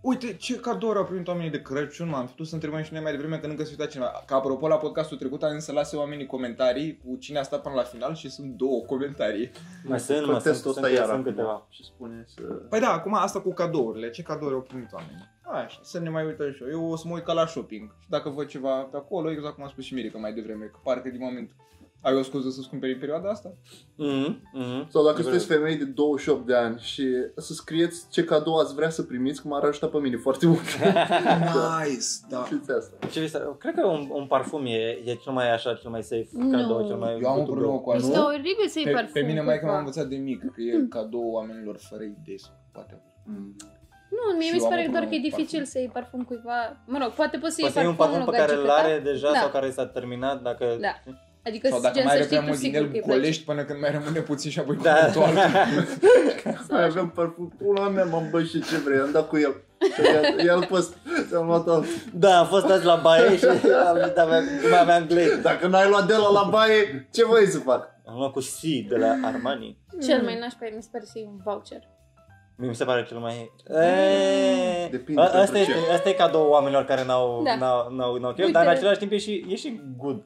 Uite ce cadouri au primit oamenii de Crăciun, m-am putut să întrebăm și noi mai devreme că încă se uita cineva. Ca apropo la podcastul trecut, am zis să lase oamenii comentarii cu cine a stat până la final și sunt două comentarii. Mai sunt, mă, Fă sunt, testul sunt, ăsta sunt, iar sunt acum câteva. și spune să... Păi da, acum asta cu cadourile, ce cadouri au primit oamenii? Așa, să ne mai uităm și eu. Eu o să mă uit ca la shopping și dacă văd ceva de acolo, exact cum a spus și Mirica mai devreme, că parcă din moment ai o scuză să-ți cumperi în perioada asta? Mhm, mhm. Sau dacă Vreau. sunteți femei de 28 de ani și să scrieți ce cadou ați vrea să primiți, cum ar ajuta pe mine foarte mult. Nice, da. Știți asta. Ce vi s-a- Cred că un, un parfum e, e cel mai așa, cel mai safe Nu. cadou, cel mai... Eu am o good to go. problemă cu asta. Este Păi, oribil să-i Pe, parfum. pe mine mai că m-a cuiva. învățat de mic că e cadou oamenilor fără idei sau poate. Mm. Nu, mie Și mi se eu am pare o doar că e problemă cu dificil să iei parfum cuiva. Mă rog, poate poți să iei Poate e parfum, un parfum pe lui care îl Gagica ta. are deja Da. sau care s-a terminat, dacă... Da. Păi Adică sau dacă gen mai să are știi prea tu mult din sigur că el, îi place. colești până când mai rămâne puțin și apoi Da. da. cu toată. Mai aveam parfum, pula mea, m-am bășit ce vrei, am dat cu el. El post, ți-am luat altul. Da, am fost azi la baie și am zis, aveam, mai aveam glez. Da. Dacă n-ai luat de la la baie, ce voi să fac? Am luat cu C de la Armani. Cel Mm. mai nașpa mi se pare să iei un voucher. Mie Mi se pare cel mai... Mm, Eee, Depinde a- asta, pentru este, ce. asta e cadou oamenilor care n-au, Da. n-au, n-au, n-au chef, Uite. dar în același timp e și, e și good.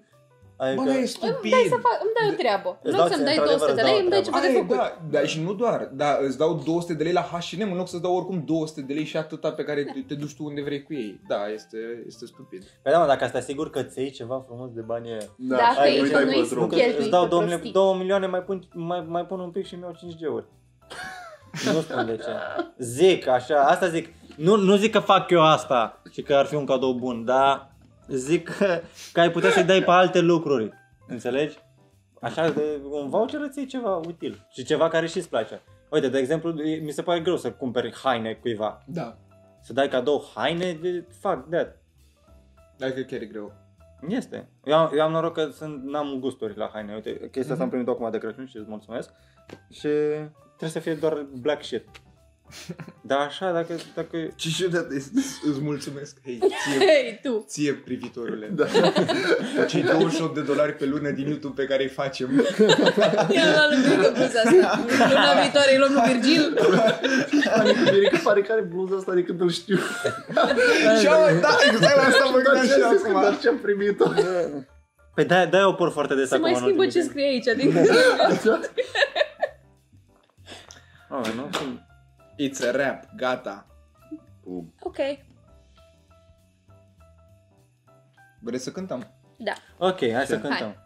Adică, Bă, dar e Îmi stupid. dai să fac, îmi dai o treabă. Îți Nu dau să-mi ție, dai într-adevăr, 200 de îți dau lei, o îmi dai ceva treabă. de Aia, făcut. da, da, și nu doar, da, îți dau 200 de lei la H&M în loc să-ți dau oricum 200 de lei și atâta pe care te, te duci tu unde vrei cu ei. Da, este, este stupid. Păi da, mă, dacă asta sigur că ți iei ceva frumos de bani e... Da. Dacă e- nu-i nu-i- dai nu-i pe Nu, drum. că Cheltui îți dau pe 2 milioane, prostii. 2 milioane mai, pun, mai, mai pun un pic și mi-au 5G-uri. nu spun de ce. Zic, așa, asta zic. Nu, nu zic că fac eu asta și că ar fi un cadou bun, dar zic că, că ai putea să-i dai pe alte lucruri. Înțelegi? Așa, de un voucher îți iei ceva util și ceva care și-ți place. Uite, de exemplu, e- mi se pare greu să cumperi haine cuiva. Da. Să dai cadou haine, de, fuck that. Dacă chiar e greu. Este. Eu, am- eu am noroc că sunt, n-am gusturi la haine. Uite, chestia asta am primit-o acum de Crăciun și îți mulțumesc. Și trebuie să fie doar black shit. Dar așa, dacă... dacă... Ce ciudat, este. îți mulțumesc, hei, ție, Hei, tu! ție privitorule. Da. Cei 28 de dolari pe lună din YouTube pe care îi facem. Eu nu am luat cu bluza asta. Luna viitoare îi luăm lui Virgil. Păi Adică Mirica pare că are bluza asta de când îl știu. și au, da, exact la asta mă Dar gândeam ce și am Da. zis că acum. doar ce am primit-o. Păi de-aia, de-aia o por foarte des Se acum. mai în schimbă ultimii ce ani. scrie aici. Adică... Ah, nu? It's a rap, gata. Bum. Ok. Vreți să cântăm? Da. Ok, hai să Ce? cântăm.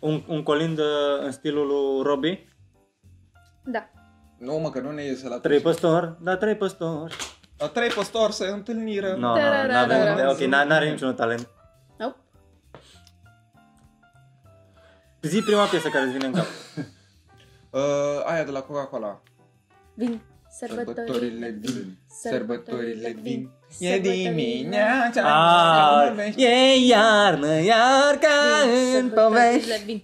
Un, un colind uh, în stilul lui Robbie. Da. Nu, mă, că nu ne iese la Trei păstori, da, trei păstori. La trei păstori se întâlniră. Nu, nu, Tararara. n-avem, ok, n- n-are niciun talent. Nope. Zi prima piesă care îți vine în cap. Uh, aia de la Coca-Cola. Vin. Sărbătorile. vin. Sărbătorile vin. E dimineața. Ah, e iarnă, iar ca în povești. Sărbătorile vin.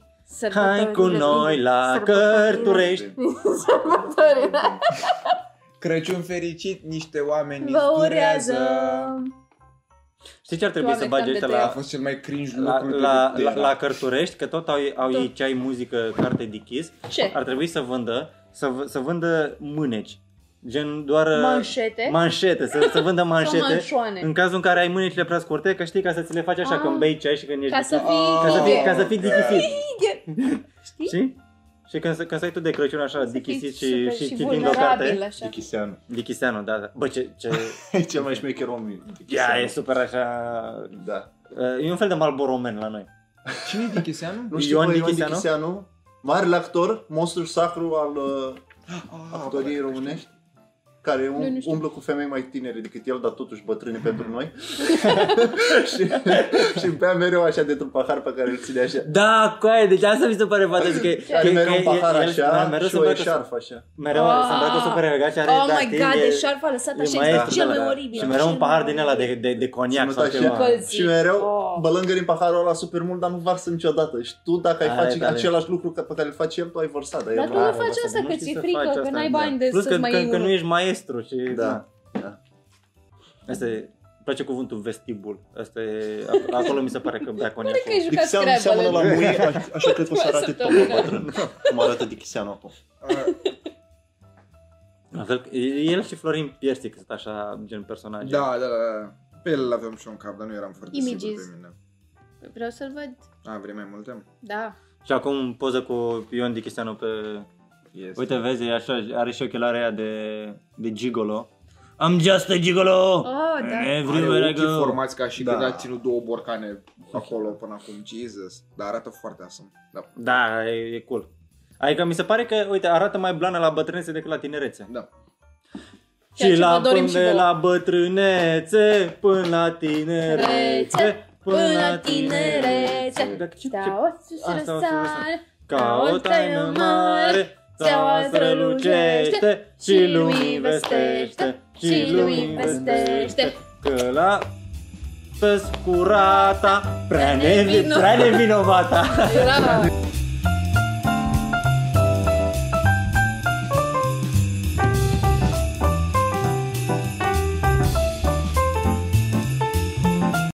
Hai cu noi la cărturești. Sărbătorile Crăciun fericit, niște oameni vă îți urează. durează. Știi ce ar trebui să Oameni bage cam de ăștia A la, fost cel mai cringe la, lucru de la, de la, era. la cărturești? Că tot au, au ei ce ai muzică, carte de chis. Ce? Ar trebui să vândă, să, v- să vândă mâneci. Gen doar... uh, Manșete? Manșete, să, să vândă Sau manșete. manșoane? În cazul în care ai mâinile prea scurte, că știi ca să ți le faci așa, Ah. când bei ceai și când ești Ca să distrus. fii... ca să fii, ca să Oh, fii God. dichisit. Știi? Și? Și când, să- când să ai tu de Crăciun așa, Să fii dichisit și, super și, și citind o carte. vulnerabil, așa. Dichiseanu. Dichiseanu, da, da. Bă, ce... ce... E cel mai șmecher om. e Ea Dichiseanu. e super așa... Da. uh, E un fel de Malboromen la noi. Cine e Dichiseanu? Nu știu, Ion Ion, Ion Dichiseanu? Dichiseanu. Marele actor, monstru sacru al uh, Ah, actoriei românești care Eu um, nu știu. umblă cu femei mai tinere decât el, dar totuși bătrâne pentru noi. și, și bea mereu așa de un pahar pe care îl ține așa. Da, coaie, deci asta mi se pare fantastic. Că, că, Are mereu un că- pahar el- da, așa mereu și se o îmbracă, eșarf așa. mereu Ah. se îmbracă super elegant și are Oh da, my știi, god, e- de șarfa lăsat e așa maestru, este cel da, mai da. oribil. Și mereu un cel pahar mai din ăla de, oribil. de, de coniac Ținut sau așa. ceva. Călzit. Și mereu Oh. bălângă din paharul ăla super mult, dar nu varsă niciodată. Și tu dacă ai Are face talent. același lucru ca- pe care îl face el, tu ai vărsat. Dar Dar el tu nu nu are. faci asta, Nu că știi ți-e să frică, faci că asta, n-ai da. bani de Plus că, să-ți mai că, iei că nu unul. ești maestru și... Da. Asta e, îmi place cuvântul vestibul. Asta e, ac- acolo mi se pare că bea coniacul. Cred că ai jucat Dichiseanu seamănă la Scrabble. muie, așa- așa cred că o să arate Să te tot omoră. bătrân. Cum arată Dichiseanu acum. Ah, La fel, e- el și Florin Piersic sunt așa gen personaje. Da, da, da. Pe el l-aveam și eu în cap, dar nu eram foarte Images. sigur pe mine. Vreau să-l văd. A, vrei mai multe? Da. Și acum poză cu Ion Dichiseanu pe... Yes. Uite, vezi, e așa, are și ochelarea aia de, de gigolo. I'm just a gigolo! Oh, da. Everywhere Are I ochii go! formați ca și Da. când a ținut două borcane acolo până acum. Jesus. Dar arată foarte awesome. Da. Da, e, e cool. Adică mi se pare că, uite, arată mai blană la bătrânețe decât la tinerețe. Da. Ceea Și ce la vă dorim până și de vouă. la bătrânețe, până la tinerețe, Tinerețe, Până la tinerețe. Dar ce- ce- Da, o să se Asta o să răsare. Ca o taină mare, Steaua Steaua strălucește și lumii vestește, și lumii vestește, că la păscurata prea, nevi, prea nevinovata. Bravo!